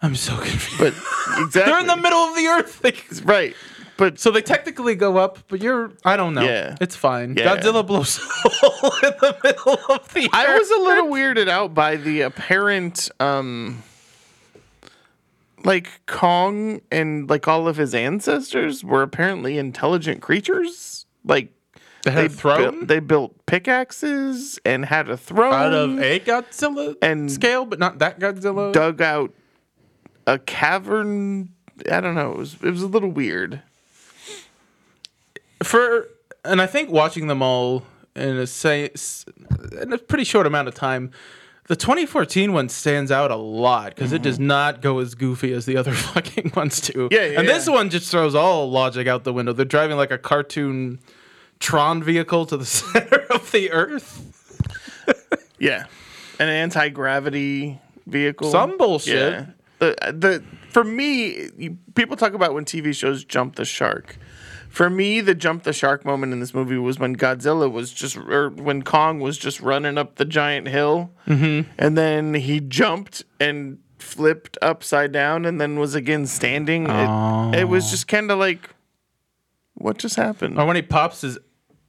S4: I'm so confused.
S3: but exactly
S4: They're in the middle of the earth. They-
S3: right. But
S4: so they technically go up, but you're. I don't know.
S3: Yeah.
S4: It's fine.
S3: Yeah.
S4: Godzilla blows a hole in the middle of the
S3: I
S4: earth.
S3: was a little weirded out by the apparent um like Kong and like all of his ancestors were apparently intelligent creatures. Like
S4: They had a throne?
S3: built- they built pickaxes and had a throne
S4: Out of a Godzilla
S3: And-
S4: scale, but not that Godzilla.
S3: dug out a cavern. I don't know. It was it was a little weird.
S4: for and I think watching them all in a say s- in a pretty short amount of time, the 2014 one stands out a lot because it does not go as goofy as the other fucking ones do.
S3: Yeah, yeah,
S4: and this
S3: yeah.
S4: one just throws all logic out the window. They're driving like a cartoon Tron vehicle to the center of the earth.
S3: Yeah, an anti gravity vehicle.
S4: Some bullshit.
S3: Yeah. The the for me, you- people talk about when TV shows jump the shark. For me, the jump the shark moment in this movie was when Godzilla was just, or when Kong was just running up the giant hill, mm-hmm. and then he jumped and flipped upside down, and then was again
S4: Oh.
S3: standing. It, it was just kind of like, what just happened?
S4: Or when he pops his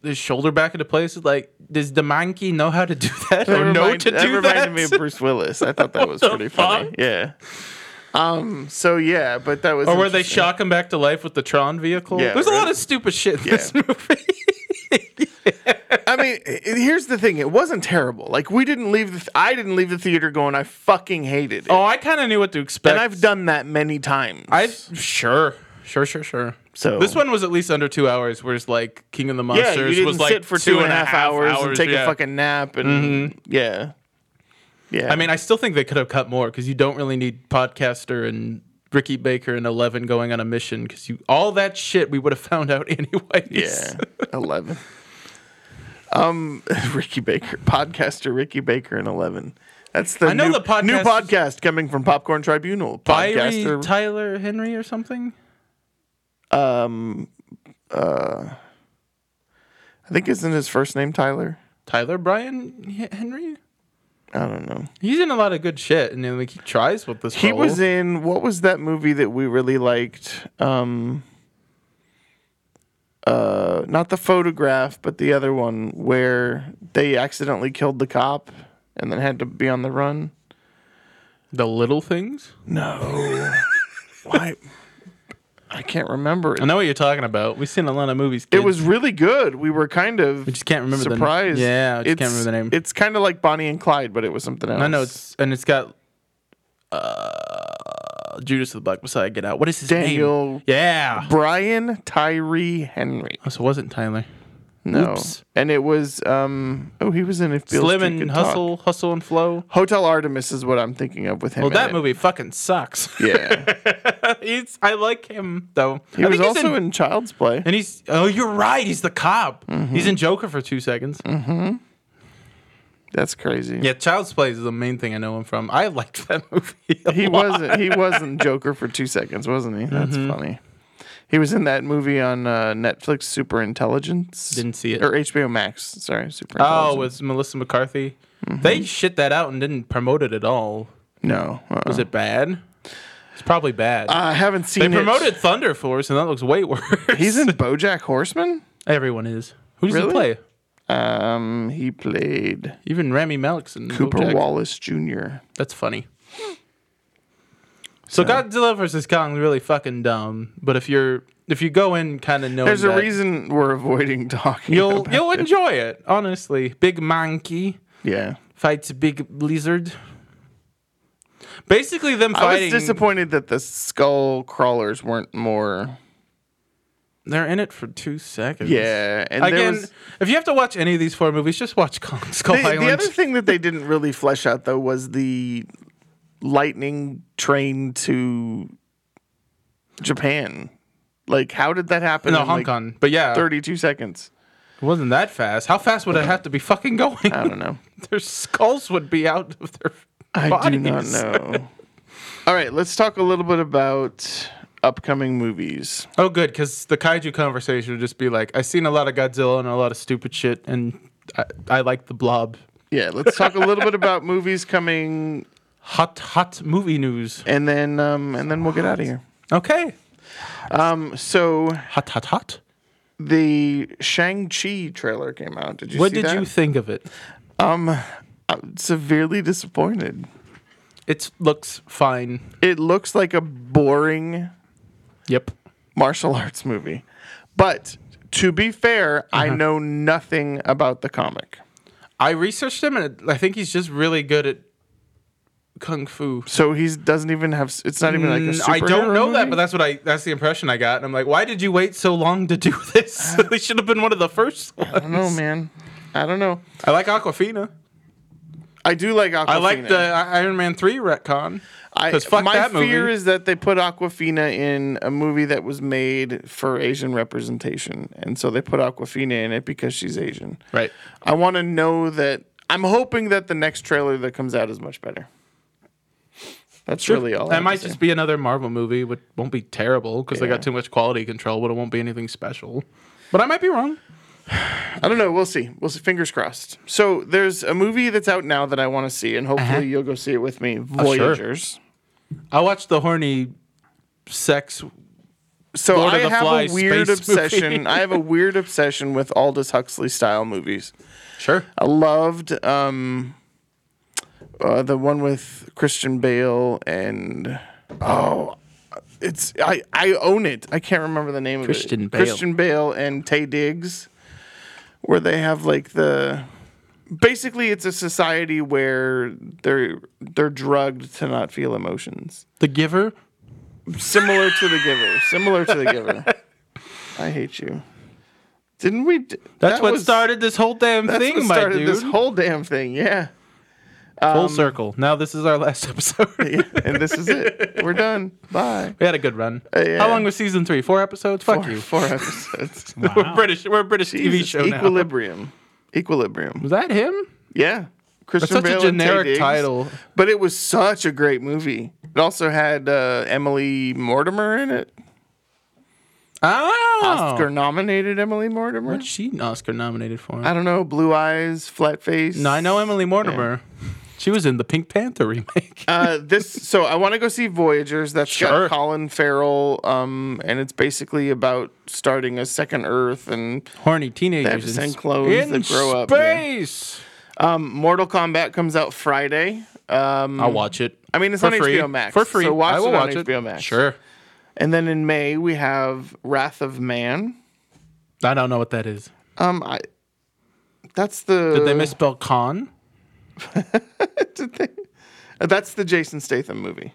S4: his shoulder back into place. Like, does the monkey know how to do that
S3: That
S4: or know
S3: remind-
S4: Oh, to
S3: that
S4: do
S3: reminded
S4: that?
S3: me of Bruce Willis. I thought that was
S4: the
S3: pretty funny.
S4: fuck?
S3: Yeah. Um. So yeah, but that was.
S4: or where they
S3: interesting.
S4: shock him back to life with the Tron vehicle?
S3: Yeah,
S4: There's a
S3: right.
S4: lot of stupid shit in this
S3: Yeah.
S4: movie.
S3: I mean, i- here's the thing. It wasn't terrible. Like we didn't leave the. Th- I didn't leave the theater going. I fucking hated it.
S4: oh, I kind of knew what to expect.
S3: and I've done that many times.
S4: I sure, sure, sure, sure.
S3: So-
S4: this one was at least under two hours, whereas like King of the
S3: yeah,
S4: Monsters
S3: you didn't
S4: was like
S3: sit for two and a half hours, and take
S4: yeah. Mm-hmm.
S3: a fucking nap and yeah, yeah.
S4: I mean, I still think they could have cut more because you don't really need podcaster and Ricky Baker and Eleven going on a mission because you all that shit we would have found out anyway.
S3: yeah, eleven. Um, Ricky Baker, podcaster Ricky Baker, and eleven. That's the
S4: I know
S3: new,
S4: the podcast
S3: new
S4: is-
S3: podcast coming from Popcorn Tribunal.
S4: Byrie
S3: Podcaster
S4: Tyler Henry or something.
S3: I think isn't his first name Tyler.
S4: Tyler Brian H- Henry.
S3: I don't know.
S4: He's in a lot of good shit, and then like he tries with this.
S3: He
S4: role.
S3: was in what was that movie that we really liked? Um, uh, not the photograph, but the other one where they accidentally killed the cop and then had to be on the run.
S4: the little things.
S3: No, why? I can't remember it.
S4: I know what you're talking about. We've seen a lot of movies.
S3: It
S4: kid.
S3: was really good. We were kind of
S4: just can't remember the name.
S3: surprised.
S4: Yeah, I just can't
S3: It's-
S4: remember the name.
S3: It's kind of like Bonnie and Clyde, but it was something else.
S4: I know it's and it's got uh, Judas the Black Messiah. Get out. What is his
S3: Daniel-
S4: name? Yeah.
S3: Brian Tyree Henry.
S4: Oh, so it wasn't Tyler.
S3: No.
S4: Oops.
S3: And it was um oh he was in If Beale
S4: Slim
S3: Street
S4: and
S3: Could Talk.
S4: Hustle, Hustle and Flow.
S3: Hotel Artemis is what I'm thinking of with him.
S4: Well,
S3: in
S4: that
S3: it.
S4: movie fucking sucks.
S3: Yeah.
S4: he's, I like him though.
S3: He
S4: I
S3: was
S4: think he's
S3: also in, Child's Play.
S4: and he's oh, you're right. He's the cop.
S3: Mm-hmm.
S4: He's in Joker for two seconds.
S3: That's crazy.
S4: Yeah, Child's Play is the main thing I know him from. I liked that movie. a
S3: He
S4: lot.
S3: wasn't he wasn't Joker for two seconds, wasn't he? That's
S4: Mm-hmm.
S3: funny. He was in that movie on uh, Netflix, Super Intelligence.
S4: Didn't see it.
S3: Or HBO Max. Sorry, Super
S4: Oh,
S3: Intelligence.
S4: with Melissa McCarthy.
S3: Mm-hmm.
S4: They shit that out and didn't promote it at all.
S3: no. uh-uh.
S4: Was it bad? It's probably bad.
S3: I haven't
S4: they
S3: seen it.
S4: promoted Thunder Force, and that looks way worse.
S3: He's in Bojack Horseman?
S4: Everyone is. Who does
S3: Really?
S4: he play?
S3: Um he played
S4: Even Rami Malek's in
S3: Cooper
S4: BoJack.
S3: Wallace Jr.
S4: That's funny. So Godzilla vs Kong is really fucking dumb. But if you're if you go in kind of knowing
S3: There's a
S4: Oh, that,
S3: reason we're avoiding talking.
S4: you'll
S3: about
S4: you'll
S3: it.
S4: enjoy it. Honestly, big monkey
S3: Yeah.
S4: fights a big lizard. Basically, them
S3: I was
S4: fighting.
S3: disappointed that the skull crawlers weren't more.
S4: they're in it for two seconds.
S3: Yeah, and there
S4: Again,
S3: was-
S4: if you have to watch any of these four movies, just watch Kong Skull
S3: the,
S4: Island.
S3: the other thing that they didn't really flesh out though was the lightning train to Japan. Like, how did that happen?
S4: no,
S3: in,
S4: Hong
S3: like,
S4: Kong. But yeah,
S3: Thirty-two seconds.
S4: it wasn't that fast. How fast would it have to be fucking going?
S3: I don't know.
S4: their skulls would be out of their
S3: I
S4: bodies.
S3: do not know. All right, let's talk a little bit about upcoming movies.
S4: Oh, good, because the kaiju conversation would just be like, I've seen a lot of Godzilla and a lot of stupid shit, and I, I like the blob.
S3: Yeah, let's talk a little bit about movies coming,
S4: Hot, hot movie news.
S3: and then um, and then we'll get out of here.
S4: Okay.
S3: Um, so
S4: Hot, hot, hot.
S3: the Shang Chi trailer came out. Did you
S4: What
S3: see
S4: did
S3: that?
S4: you think of it?
S3: Um, I'm severely disappointed.
S4: It looks fine.
S3: It looks like a boring
S4: Yep.
S3: martial arts movie, but to be fair,
S4: Uh-huh.
S3: I know nothing about the comic.
S4: I researched him, and I think he's just really good at kung fu.
S3: So he doesn't even have. It's not even like a
S4: Mm,
S3: superhero
S4: I don't know that,
S3: movie?
S4: but that's what I that's the impression I got. And I'm like, why did you wait so long to do this? they should have been one of the first
S3: I
S4: ones.
S3: don't know, man. I don't know.
S4: I like Aquafina.
S3: I do like Aquafina.
S4: I like the I- Iron Man 3 retcon.
S3: I,
S4: 'cause fuck
S3: my
S4: that movie.
S3: fear is that they put Aquafina in a movie that was made for Asian representation, and so they put Aquafina in it because she's Asian.
S4: Right.
S3: I want to know that. I'm hoping that the next trailer that comes out is much better. That's really all. I
S4: That
S3: have
S4: might
S3: to
S4: just
S3: say.
S4: be another Marvel movie, which won't be terrible because they
S3: Yeah.
S4: got too much quality control, but it won't be anything special. But I might be wrong.
S3: I don't know. We'll see. We'll see. Fingers crossed. So there's a movie that's out now that I want to see, and hopefully you'll go see it with me.
S4: Uh-huh. Oh, sure.
S3: Voyagers.
S4: I watched the horny sex
S3: so
S4: Lord of
S3: I
S4: the
S3: have
S4: Flies
S3: a weird
S4: space movie.
S3: obsession. I have a weird obsession with Aldous Huxley style movies.
S4: Sure.
S3: I loved um, uh, the one with Christian Bale and oh, it's I I own it. I can't remember the name
S4: Christian
S3: of it.
S4: Bale.
S3: Christian Bale and Tay Diggs, where they have like the basically it's a society where they're they're drugged to not feel emotions.
S4: The Giver.
S3: Similar to the Giver. Similar to the Giver. I hate you. Didn't we? d-
S4: That's
S3: that
S4: what
S3: was-
S4: started this whole damn
S3: That's
S4: thing,
S3: what
S4: my
S3: started
S4: dude.
S3: this whole damn thing. Yeah.
S4: Full circle. Now this is our last episode.
S3: Yeah, and this is it. We're done. Bye.
S4: we had a good run.
S3: Uh, yeah.
S4: How long was season three? Four episodes. Fuck
S3: Four,
S4: you.
S3: four episodes.
S4: We're British. We're a British TV
S3: Jesus,
S4: show now.
S3: Equilibrium. Equilibrium.
S4: Was that him?
S3: Yeah.
S4: That's
S3: Christian
S4: such a
S3: Bale and Taye
S4: generic
S3: Diggs.
S4: title.
S3: but it was such a great movie. It also had uh, Emily Mortimer in it.
S4: Oh,
S3: Oscar nominated Emily Mortimer.
S4: What's she Oscar nominated for?
S3: I don't know. Blue eyes, flat face.
S4: No, I know Emily Mortimer. She was in the Pink Panther remake.
S3: Uh, this so I want to go see Voyagers. That's
S4: Sure.
S3: got Colin Farrell, um, and it's basically about starting a second Earth and They
S4: Horny
S3: have to
S4: teenagers in,
S3: send clones
S4: in
S3: that grow up, yeah.
S4: space.
S3: Um, Mortal Kombat comes out Friday. Um,
S4: I'll watch it.
S3: I mean, it's
S4: for
S3: on
S4: free.
S3: HBO Max,
S4: for free.
S3: so watch
S4: I will
S3: it on
S4: watch
S3: HBO Max.
S4: Sure.
S3: and then in May we have Wrath of Man.
S4: I don't know what that is.
S3: Um, I that's the
S4: Did they misspell Khan?
S3: did they- that's the Jason Statham movie.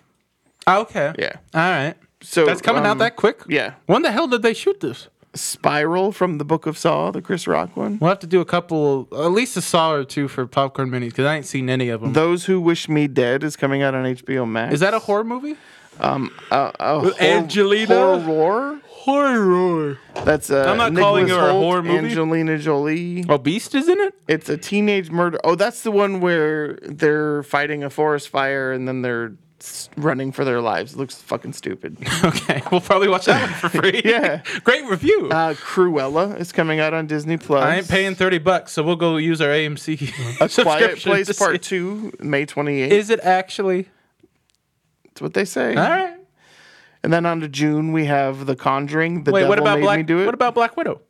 S4: Oh, okay.
S3: Yeah.
S4: All right.
S3: So
S4: That's coming out
S3: um,
S4: that quick.
S3: yeah.
S4: When the hell did they shoot this?
S3: Spiral from the Book of Saw, the Chris Rock one.
S4: We'll have to do a couple, at least a saw or two for popcorn minis because I ain't seen any of them.
S3: Those Who Wish Me Dead is coming out on HBO Max.
S4: is that a horror movie?
S3: Uh, a hor-
S4: Angelina?
S3: horror?
S4: Horror.
S3: That's uh,
S4: I'm not calling
S3: Nicholas
S4: her a
S3: Holt,
S4: horror movie.
S3: Angelina Jolie.
S4: Oh, Beast is in it.
S3: It's a teenage murder. Oh, that's the one where they're fighting a forest fire and then they're s- running for their lives. It looks fucking stupid.
S4: Okay, we'll probably watch that one for free.
S3: Yeah.
S4: Great review.
S3: Uh, Cruella is coming out on Disney Plus.
S4: I ain't paying 30 bucks, so we'll go use our AMC.
S3: A Quiet
S4: subscription
S3: Place
S4: to
S3: Part
S4: see-
S3: Two, May twenty eighth.
S4: Is it actually?
S3: That's what they say.
S4: All right.
S3: And then on to June we have The Conjuring. The
S4: Wait,
S3: Devil
S4: what about
S3: made me
S4: Black?
S3: do it.
S4: What about Black Widow?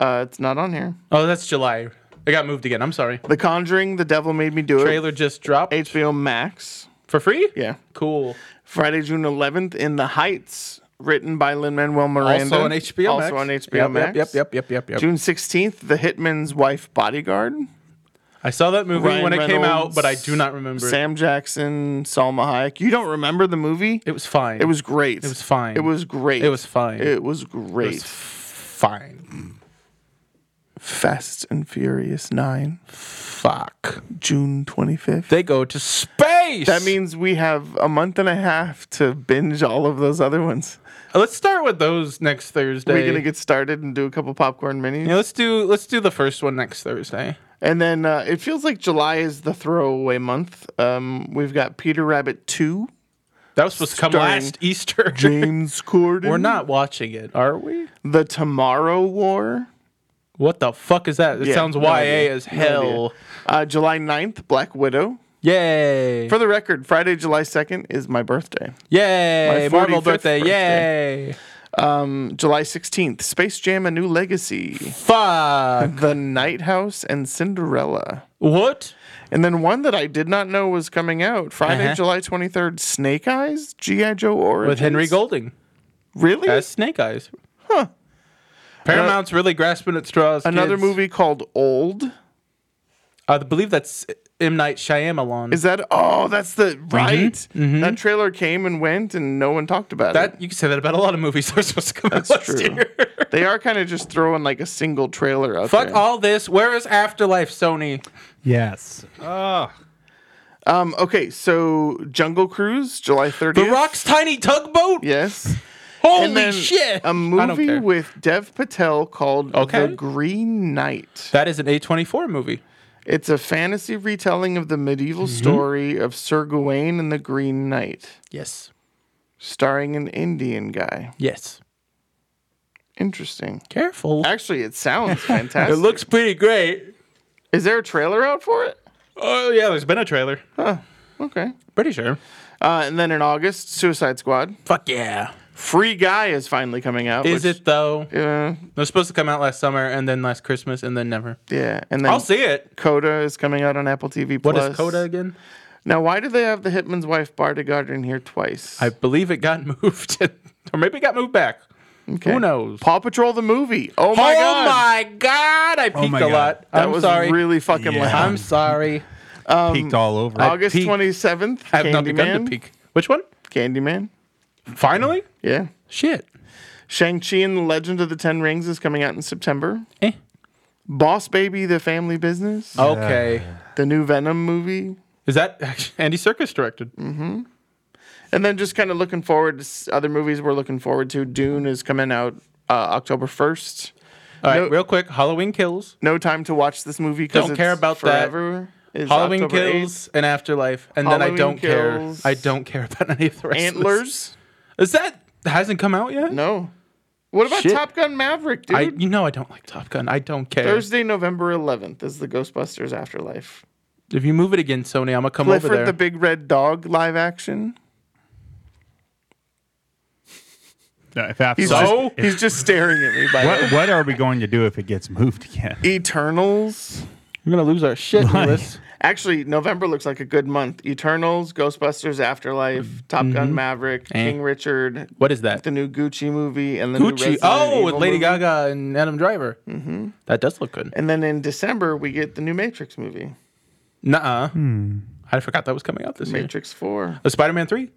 S3: Uh, it's not on here.
S4: Oh, that's July. I got moved again. I'm sorry.
S3: The Conjuring. The Devil made me do
S4: Trailer just dropped
S3: it. HBO Max.
S4: for free.
S3: Yeah.
S4: Cool.
S3: Friday, June eleventh, in the Heights, written by Lin Manuel Miranda.
S4: Also on HBO.
S3: Also
S4: Max.
S3: on HBO
S4: Yep,
S3: Max.
S4: Yep, yep, yep, yep, yep.
S3: June sixteenth, The Hitman's Wife Bodyguard.
S4: I saw that movie
S3: Ryan
S4: when it came out,
S3: Reynolds,
S4: but I do not remember. it.
S3: Sam Jackson, Salma Hayek. You don't remember the movie?
S4: It was fine.
S3: It was great. It
S4: was fine.
S3: It was great.
S4: It was fine.
S3: It was great.
S4: fine.
S3: Fast and Furious Nine,
S4: Fuck.
S3: June twenty fifth.
S4: They go to space.
S3: That means we have a month and a half to binge all of those other ones.
S4: let's start with those next Thursday.
S3: We're gonna get started and do a couple popcorn minis.
S4: Yeah, let's do let's do the first one next Thursday.
S3: And then uh, it feels like July is the throwaway month. Um, we've got Peter Rabbit 2.
S4: That was supposed to come
S3: Starring
S4: last Easter.
S3: James Corden.
S4: We're not watching it, are we?
S3: The Tomorrow War.
S4: What the fuck is that? It
S3: Yeah,
S4: sounds
S3: no
S4: YA
S3: idea.
S4: as
S3: No
S4: hell.
S3: idea. Uh, July 9th, Black Widow.
S4: Yay!
S3: For the record, Friday, July 2nd is my birthday.
S4: Yay!
S3: my
S4: Marvel
S3: 45th
S4: birthday.
S3: birthday.
S4: Yay!
S3: Um, July 16th, Space Jam A New Legacy.
S4: Fuck.
S3: The Night House and Cinderella.
S4: what?
S3: And then one that I did not know was coming out Friday,
S4: Uh-huh.
S3: July 23rd, Snake Eyes, G.I. Joe Origins.
S4: With Henry Golding
S3: Really?
S4: as Snake Eyes. Huh. Paramount's really grasping at straws.
S3: Another
S4: kids.
S3: movie called Old.
S4: I believe that's M Night Shyamalan.
S3: Is that oh that's the
S4: Mm-hmm.
S3: right. That trailer came and went and no one talked about
S4: that
S3: it.
S4: you can say that about a lot of movies that are supposed to come out
S3: That's
S4: last
S3: true.
S4: year.
S3: They are kind of just throwing like a single trailer out
S4: Fuck
S3: there.
S4: all this. Where is Afterlife, Sony?
S5: Yes.
S3: Um okay, so Jungle Cruise, July 30th.
S4: The Rock's tiny tugboat.
S3: Yes.
S4: Holy
S3: And then
S4: shit!
S3: A
S4: I don't
S3: movie
S4: care.
S3: with Dev Patel called
S4: Okay.
S3: The Green Knight.
S4: that is an A24 movie.
S3: It's a fantasy retelling of the medieval
S4: Mm-hmm.
S3: story of Sir Gawain and the Green Knight,
S4: Yes.
S3: starring an Indian guy.
S4: Yes.
S3: Interesting.
S4: Careful.
S3: Actually, it sounds fantastic.
S4: It looks pretty great.
S3: Is there a trailer out for it?
S4: Oh yeah, there's been a trailer.
S3: Okay.
S4: Pretty sure.
S3: Uh, and then in August, Suicide Squad.
S4: Fuck yeah.
S3: Free Guy is finally coming out.
S4: Is
S3: which- uh,
S4: it though?
S3: Yeah,
S4: It was supposed to come out last summer and then last Christmas and then never.
S3: yeah. And then
S4: I'll see it.
S3: Coda is coming out on Apple TV
S4: What
S3: Plus.
S4: is Coda again?
S3: Now, why do they have the Hitman's Wife Bodyguard in here twice?
S4: I believe it got moved, or maybe it got moved back.
S3: Okay.
S4: Who knows?
S3: Paw Patrol the movie. Oh my
S4: oh
S3: god.
S4: my Oh god! I peaked
S5: my
S4: a
S5: God.
S4: lot.
S3: That
S4: I'm
S3: was
S4: sorry.
S3: really fucking
S5: Yeah.
S3: loud.
S4: I'm sorry.
S5: peeked
S3: Um,
S5: all over.
S3: August
S4: peaked.
S3: twenty seventh.
S4: I have not begun to peak. Which one?
S3: Candyman.
S4: Finally?
S3: Yeah.
S4: Shit.
S3: Shang Chi and the Legend of the Ten Rings is coming out in September.
S4: Eh.
S3: Boss Baby: The Family Business.
S4: Oh. Okay.
S3: The new Venom movie.
S4: Is that Andy Circus directed?
S3: Mm. And then just kind of looking forward to s- other movies we're looking forward to. Dune is coming out uh, October 1st.
S4: All right,
S3: No-
S4: real quick. Halloween Kills,
S3: No time to watch this movie because
S4: Don't care about that.
S3: forever. Is
S4: Halloween
S3: October
S4: Kills, and Afterlife, and then I
S3: Halloween
S4: don't
S3: Kills.
S4: care. I don't care about any of the
S3: 8th.
S4: rest. of this.
S3: Antlers?
S4: Is that hasn't come out yet?
S3: No. What about
S4: Shit.
S3: Top Gun Maverick, dude?
S4: I you know I don't like Top Gun. I don't care.
S3: Thursday, November 11th is the Ghostbusters Afterlife.
S4: if you move it again, Sony, I'm gonna come over
S3: Clifford
S4: there.
S3: the Big Red Dog live action.
S5: No, if after
S3: He's,
S4: So?
S3: just, he's just staring at me. By
S5: what, what are we going to do if it gets moved again?
S3: Eternals.
S4: You're gonna lose our shit, Lewis.
S3: Actually, November looks like a good month. Eternals, Ghostbusters Afterlife, Top Gun Maverick,
S4: Eh.
S3: King Richard,
S4: What is that?
S3: the new Gucci movie and the new Resident
S4: Gucci. Oh, with
S3: Evil
S4: Lady
S3: movie.
S4: Gaga and Adam Driver. Mm-hmm. That does look good.
S3: And then in December we get the new Matrix movie,
S4: Nuh-uh. Hmm. I forgot that was coming out this year.
S3: Matrix Four,
S4: Uh, Spider-Man Three.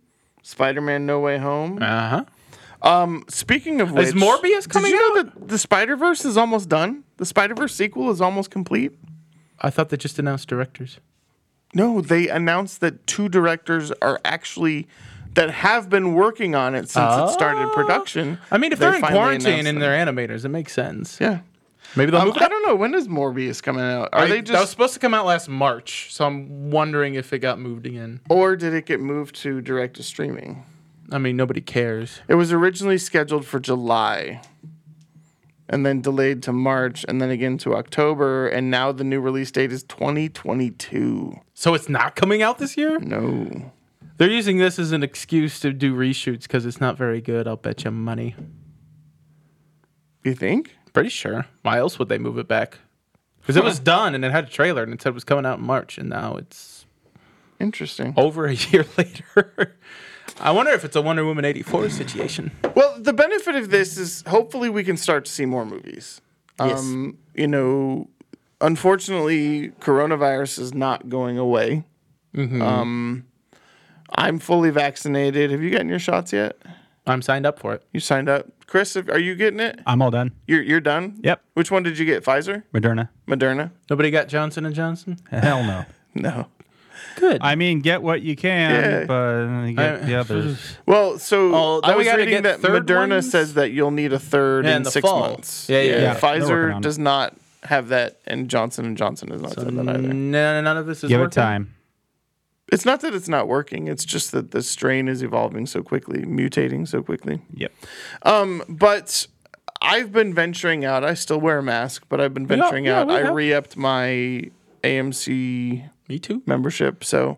S3: Spider-Man: No Way Home.
S4: Uh huh.
S3: Speaking of which,
S4: Is Morbius coming
S3: did you
S4: out?
S3: Know that the Spider Verse is almost done. The Spider Verse sequel is almost complete.
S4: I thought they just announced directors.
S3: No, they announced that two directors are actually that have been working on it since it started
S4: Ah.
S3: production.
S4: I mean, if
S3: They
S4: they are in
S3: finally
S4: quarantine
S3: announced
S4: and they're animators, it makes sense.
S3: it. yeah.
S4: Maybe they'll
S3: Um,
S4: move it
S3: I
S4: up.
S3: don't know when is Morbius coming out. Are
S4: I-
S3: they
S4: that was
S3: just
S4: supposed to come out last March, so I'm wondering if it got moved again.
S3: or did it get moved to direct to streaming?
S4: I mean, nobody cares.
S3: It was originally scheduled for July and then delayed to March and then again to October. And now the new release date is 2022.
S4: So it's not coming out this year?
S3: No.
S4: They're using this as an excuse to do reshoots because it's not very good. I'll bet you money.
S3: You think?
S4: Pretty sure. Why else would they move it back? Because it was done and it had a trailer and it said it was coming out in March, and now it's
S3: Interesting.
S4: over a year later. I wonder if it's a Wonder Woman 84 situation.
S3: Well, the benefit of this is hopefully we can start to see more movies.
S4: Yes.
S3: Um, you know, unfortunately, coronavirus is not going away. Um,
S4: Mm-hmm.
S3: I'm fully vaccinated. Have you gotten your shots yet?
S4: I'm signed up for it.
S3: You signed up. Chris, have- are you getting it?
S5: I'm all done.
S3: You're, you're done?
S5: Yep.
S3: Which one did you get? Pfizer?
S5: Moderna.
S3: Moderna?
S4: Nobody got Johnson and Johnson?
S5: Hell no.
S3: No.
S4: Good.
S5: I mean, get what you can,
S3: Yeah.
S5: but you get
S4: I-
S5: the others.
S3: Well, so
S4: Oh, then
S3: I
S4: we
S3: was
S4: gotta
S3: reading
S4: get
S3: that
S4: third
S3: Moderna
S4: ones?
S3: says that you'll need a third
S4: Yeah,
S3: in,
S4: in the
S3: six
S4: fall.
S3: months.
S4: Yeah, yeah, yeah. They're
S5: working
S3: Pfizer
S5: on it.
S3: does not have that, and Johnson and Johnson does not have that either.
S4: No, none of this is
S5: Give
S4: working.
S5: it time.
S3: It's not that it's not working; it's just that the strain is evolving so quickly, mutating so quickly.
S5: Yep.
S3: But I've been venturing out. I still wear a mask, but I've been venturing
S4: yeah,
S3: out.
S4: we
S3: I
S4: have.
S3: re-upped my AMC
S4: Me too.
S3: membership. So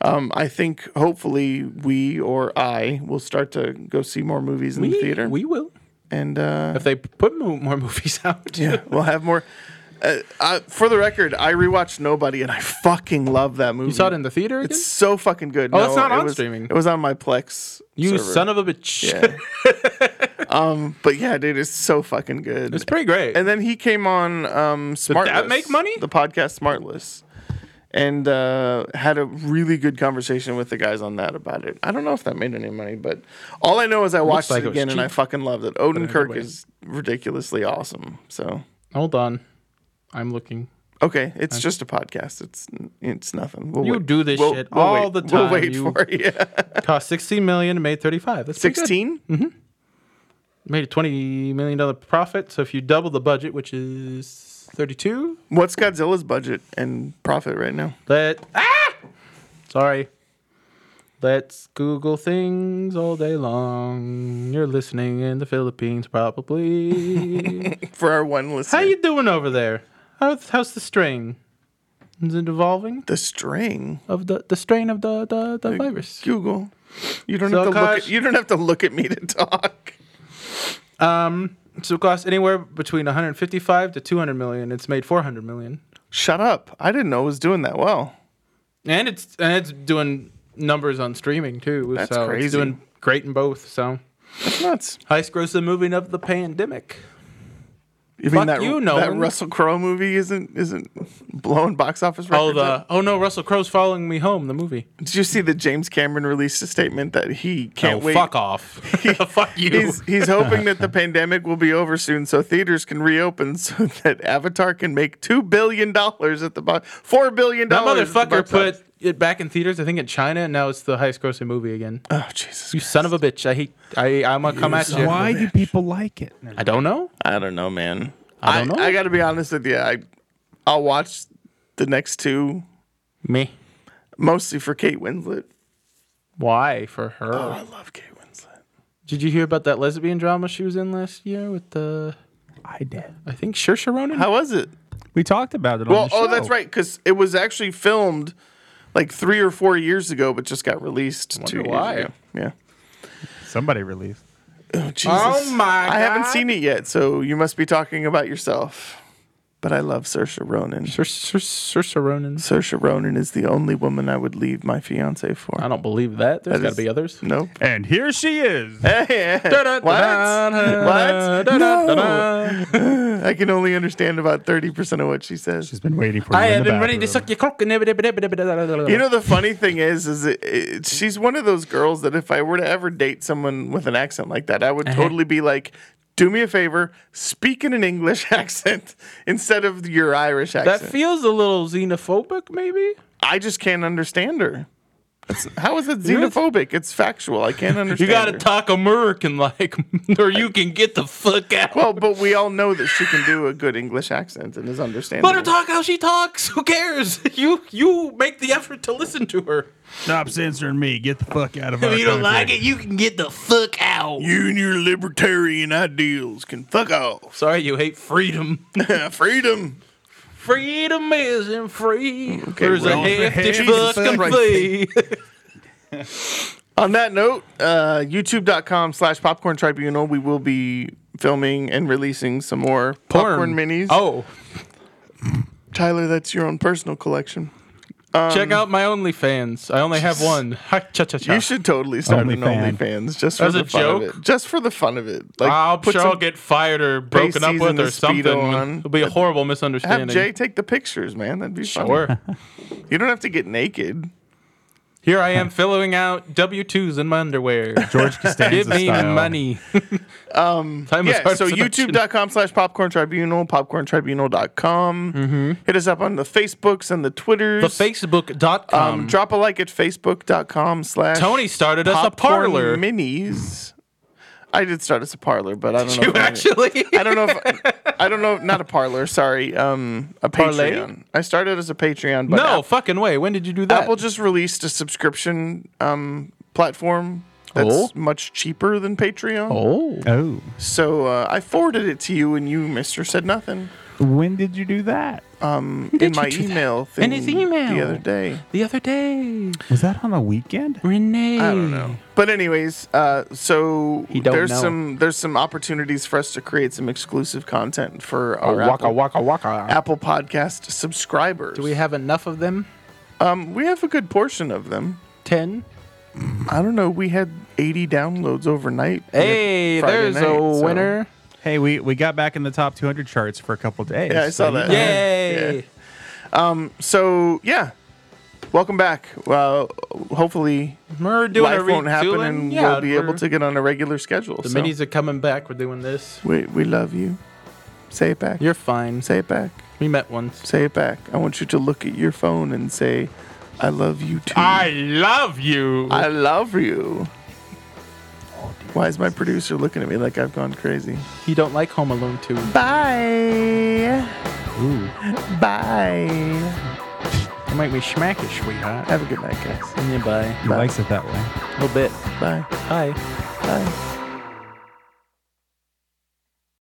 S3: um, I think hopefully we or I will start to go see more movies in the
S4: We-
S3: theater.
S4: We will.
S3: and uh,
S4: If they put mo- more movies out.
S3: yeah, we'll have more. Uh, uh, for the record, I rewatched Nobody and I fucking love that movie.
S4: You saw it in the theater again?
S3: It's so fucking good.
S4: Oh, it's not
S3: it
S4: on
S3: was-
S4: streaming.
S3: It was on my Plex.
S4: you
S3: server.
S4: son of a bitch.
S3: Yeah. um, but yeah, dude, it's so fucking good.
S4: It's pretty great.
S3: and then he came on um, Smartless.
S4: that make money?
S3: The podcast Smartless, and uh, had a really good conversation with the guys on that about it. I don't know if that made any money, but all I know is I watched
S4: like it
S3: it
S4: was
S3: again and I
S4: cheap.
S3: fucking loved it. Odin
S4: good
S3: Kirk
S4: way.
S3: is ridiculously awesome. So
S4: Hold on. I'm looking.
S3: okay, it's just a podcast. It's it's nothing. We'll
S4: You
S3: wait-
S4: do this
S3: we'll-
S4: shit
S3: we'll
S4: all
S3: wait-
S4: the
S3: We'll
S4: time,
S3: wait
S4: you-
S3: for it. Yeah.
S4: Cost 16 million and made 35. That's pretty good.
S3: 16
S4: Made a 20 million dollar profit. So if you double the budget, which is 32,
S3: what's godzilla's budget and profit right now
S4: let ah, sorry. Let's Google things all day long. You're listening in the Philippines, probably.
S3: for our one listener
S4: How you doing over there? How, how's the strain? is involving
S3: The string.
S4: of the, the strain of the, the, the virus.
S3: Google. You don't
S4: So,
S3: have to look. At,
S4: Akash-
S3: you don't have to look at me to talk.
S4: um, So it costs anywhere between 155 to 200 million. It's made 400 million,
S3: Shut up. I didn't know it was doing that well.
S4: and it's and it's doing numbers on streaming too.
S3: That's
S4: so
S3: crazy.
S4: It's doing great in both. So
S3: That's nuts.
S4: highest grossing movie of the pandemic.
S3: You
S4: Fuck
S3: that,
S4: you,
S3: that
S4: Nolan.
S3: Russell Crowe movie isn't isn't blowing box office
S4: Oh
S3: records?
S4: the
S3: up?
S4: oh no, Russell Crowe's following me home. The movie.
S3: Did you see that James Cameron released a statement that he
S4: Oh
S3: can't wait?
S4: fuck off. fuck you.
S3: He's he's hoping that the pandemic will be over soon, so theaters can reopen, so that Avatar can make two billion dollars at the box, four billion
S4: that
S3: dollars. at the
S4: motherfucker
S3: box office.
S4: put it back in theaters. I think in China, and now it's the highest grossing movie again.
S3: Oh Jesus!
S4: You son of a bitch! I hate. I I'm gonna come at you.
S5: Why do people like it?
S4: I don't know.
S3: I don't know, man.
S4: I don't know.
S3: I got to be honest with you. I I'll watch the next two
S4: Me.
S3: mostly for Kate Winslet.
S4: Why for her?
S3: I love Kate Winslet.
S4: Did you hear about that lesbian drama she was in last year with the?
S5: I did.
S4: I think Saoirse Ronan.
S3: How was it?
S5: We talked about it.
S3: Well,
S5: on the
S3: oh,
S5: show.
S3: that's right, because it was actually filmed like three or four years ago, but just got released
S4: Wonder
S3: two years
S4: why.
S3: ago. Yeah.
S5: Somebody released.
S3: Oh, Jesus.
S4: my
S3: I haven't
S4: God.
S3: seen it yet, so you must be talking about yourself. But I love Saoirse Ronan.
S4: Saoirse- Saoirse Ronan.
S3: Saoirse Ronan is the only woman I would leave my fiance for.
S4: I don't believe that. There's
S3: That
S4: got
S3: is-
S4: to be others.
S3: Nope.
S5: And here she is.
S3: Hey, what? What? No. I can only understand about 30% of what she says.
S5: She's been waiting for.
S4: I
S5: you in
S4: had
S5: the
S4: been ready to
S5: bathroom.
S4: suck your cock and
S3: You know the funny thing is, is it, it, she's one of those girls that if I were to ever date someone with an accent like that, I would totally be like, "Do me a favor, speak in an English accent instead of your Irish
S4: that
S3: accent."
S4: feels a little xenophobic, maybe.
S3: I just can't understand her. That's- how is it xenophobic? It's factual. I can't
S4: You
S3: understand.
S4: got to
S3: her.
S4: talk American like, or you can get the fuck out.
S3: Well, but we all know that she can do a good English accent and is understandable.
S4: Let her talk how she talks. Who cares? You you make the effort to listen to her.
S5: Stop censoring me. Get the fuck out of
S4: If
S5: our
S4: you don't like
S5: country.
S4: it, you can get the fuck out.
S3: You and your libertarian ideals can fuck off.
S4: Sorry, you hate freedom.
S3: Freedom.
S4: Freedom isn't free. There's
S3: we're
S4: a
S3: on
S5: the
S4: hefty
S5: Jesus
S4: fucking
S3: Christ.
S4: fee.
S3: On that note, uh, youtube.com slash popcorn tribunal, we will be filming and releasing some more popcorn minis.
S4: Oh,
S3: Tyler, that's your own personal collection.
S4: check out my OnlyFans. I only have one. Ha, cha cha cha.
S3: Um, You should totally start an
S5: OnlyFan.
S3: OnlyFans just for
S4: As
S3: the
S4: a
S3: fun
S4: joke?
S3: of it. Just for the fun of it. Like,
S4: I'll sure I'll
S3: some-
S4: get fired or broken up
S3: pasties
S4: with
S3: and a
S4: or
S3: Speedo
S4: something.
S3: on.
S4: It'll be a horrible
S3: have
S4: misunderstanding.
S3: Jay take the pictures, man. That'd be fun.
S4: Sure.
S3: You don't have to get naked.
S4: Here I am filling out W twos in my underwear.
S5: George Costanza
S4: Give me
S5: style.
S4: money. um, Time is
S3: Yeah,
S4: hard
S3: so
S4: production.
S3: youtube.com slash popcorn tribunal, popcorntribunal.com. Hit us up on the Facebooks and the Twitters.
S4: Mm-hmm. The Facebook.com.
S3: Um, drop a like at facebook.com slash
S4: Tony started us a
S3: popcorn
S4: parlor.
S3: minis. I did start as a parlor, but I don't know.
S4: you
S3: if I-
S4: actually?
S3: I don't know if I don't know. Not a parlor. Sorry. Um, a
S4: Parlay?
S3: Patreon. I started as a Patreon, but
S4: no
S3: Apple,
S4: fucking way. When did you do that?
S3: Apple just released a subscription um platform that's
S4: Oh.
S3: much cheaper than Patreon.
S4: oh.
S5: Oh,
S3: So uh, I forwarded it to you, and you, Mister, said nothing
S5: when did you do that?
S3: in my
S4: do that?
S3: email thing
S4: In his email.
S3: the other day.
S4: The other day,
S5: Was that on a weekend?
S4: Renee.
S3: I don't know. But anyways, uh, so
S4: Hmm. don't
S3: there's
S4: know.
S3: some there's some opportunities for us to create some exclusive content for our
S4: Oh, Waka
S3: Apple,
S4: waka waka.
S3: Apple Podcast subscribers.
S4: Do we have enough of them?
S3: um, we have a good portion of them.
S4: Ten.
S3: I don't know. We had 80 downloads overnight. uh,
S4: Hey,
S3: Friday
S4: there's
S3: night,
S4: a
S3: so-
S4: winner.
S5: Hey, we, we got back in the top 200 charts for a couple days.
S3: Yeah, I saw
S5: So you
S3: that.
S5: know,
S3: Yeah.
S4: Yay!
S3: Yeah. So yeah, welcome back. Well, hopefully
S4: We're doing a
S3: life won't happen,
S4: retooling.
S3: and
S4: Yeah,
S3: we'll be able
S4: we're-
S3: to get on a regular schedule.
S4: The
S3: so.
S4: minis are coming back. We're doing this.
S3: We we love you. Say it back.
S4: You're fine.
S3: Say it back.
S4: We met once.
S3: Say it back. I want you to look at your phone and say, I love you too.
S4: love you.
S3: I love you. Why is my producer looking at me like I've gone crazy?
S4: you don't like Home Alone 2.
S3: Bye.
S5: Ooh.
S3: Bye.
S4: You might be smack it, sweetheart.
S3: Have a good night, guys.
S4: And you bye.
S5: He likes it that way.
S4: A little bit.
S3: Bye.
S4: Bye.
S3: Bye.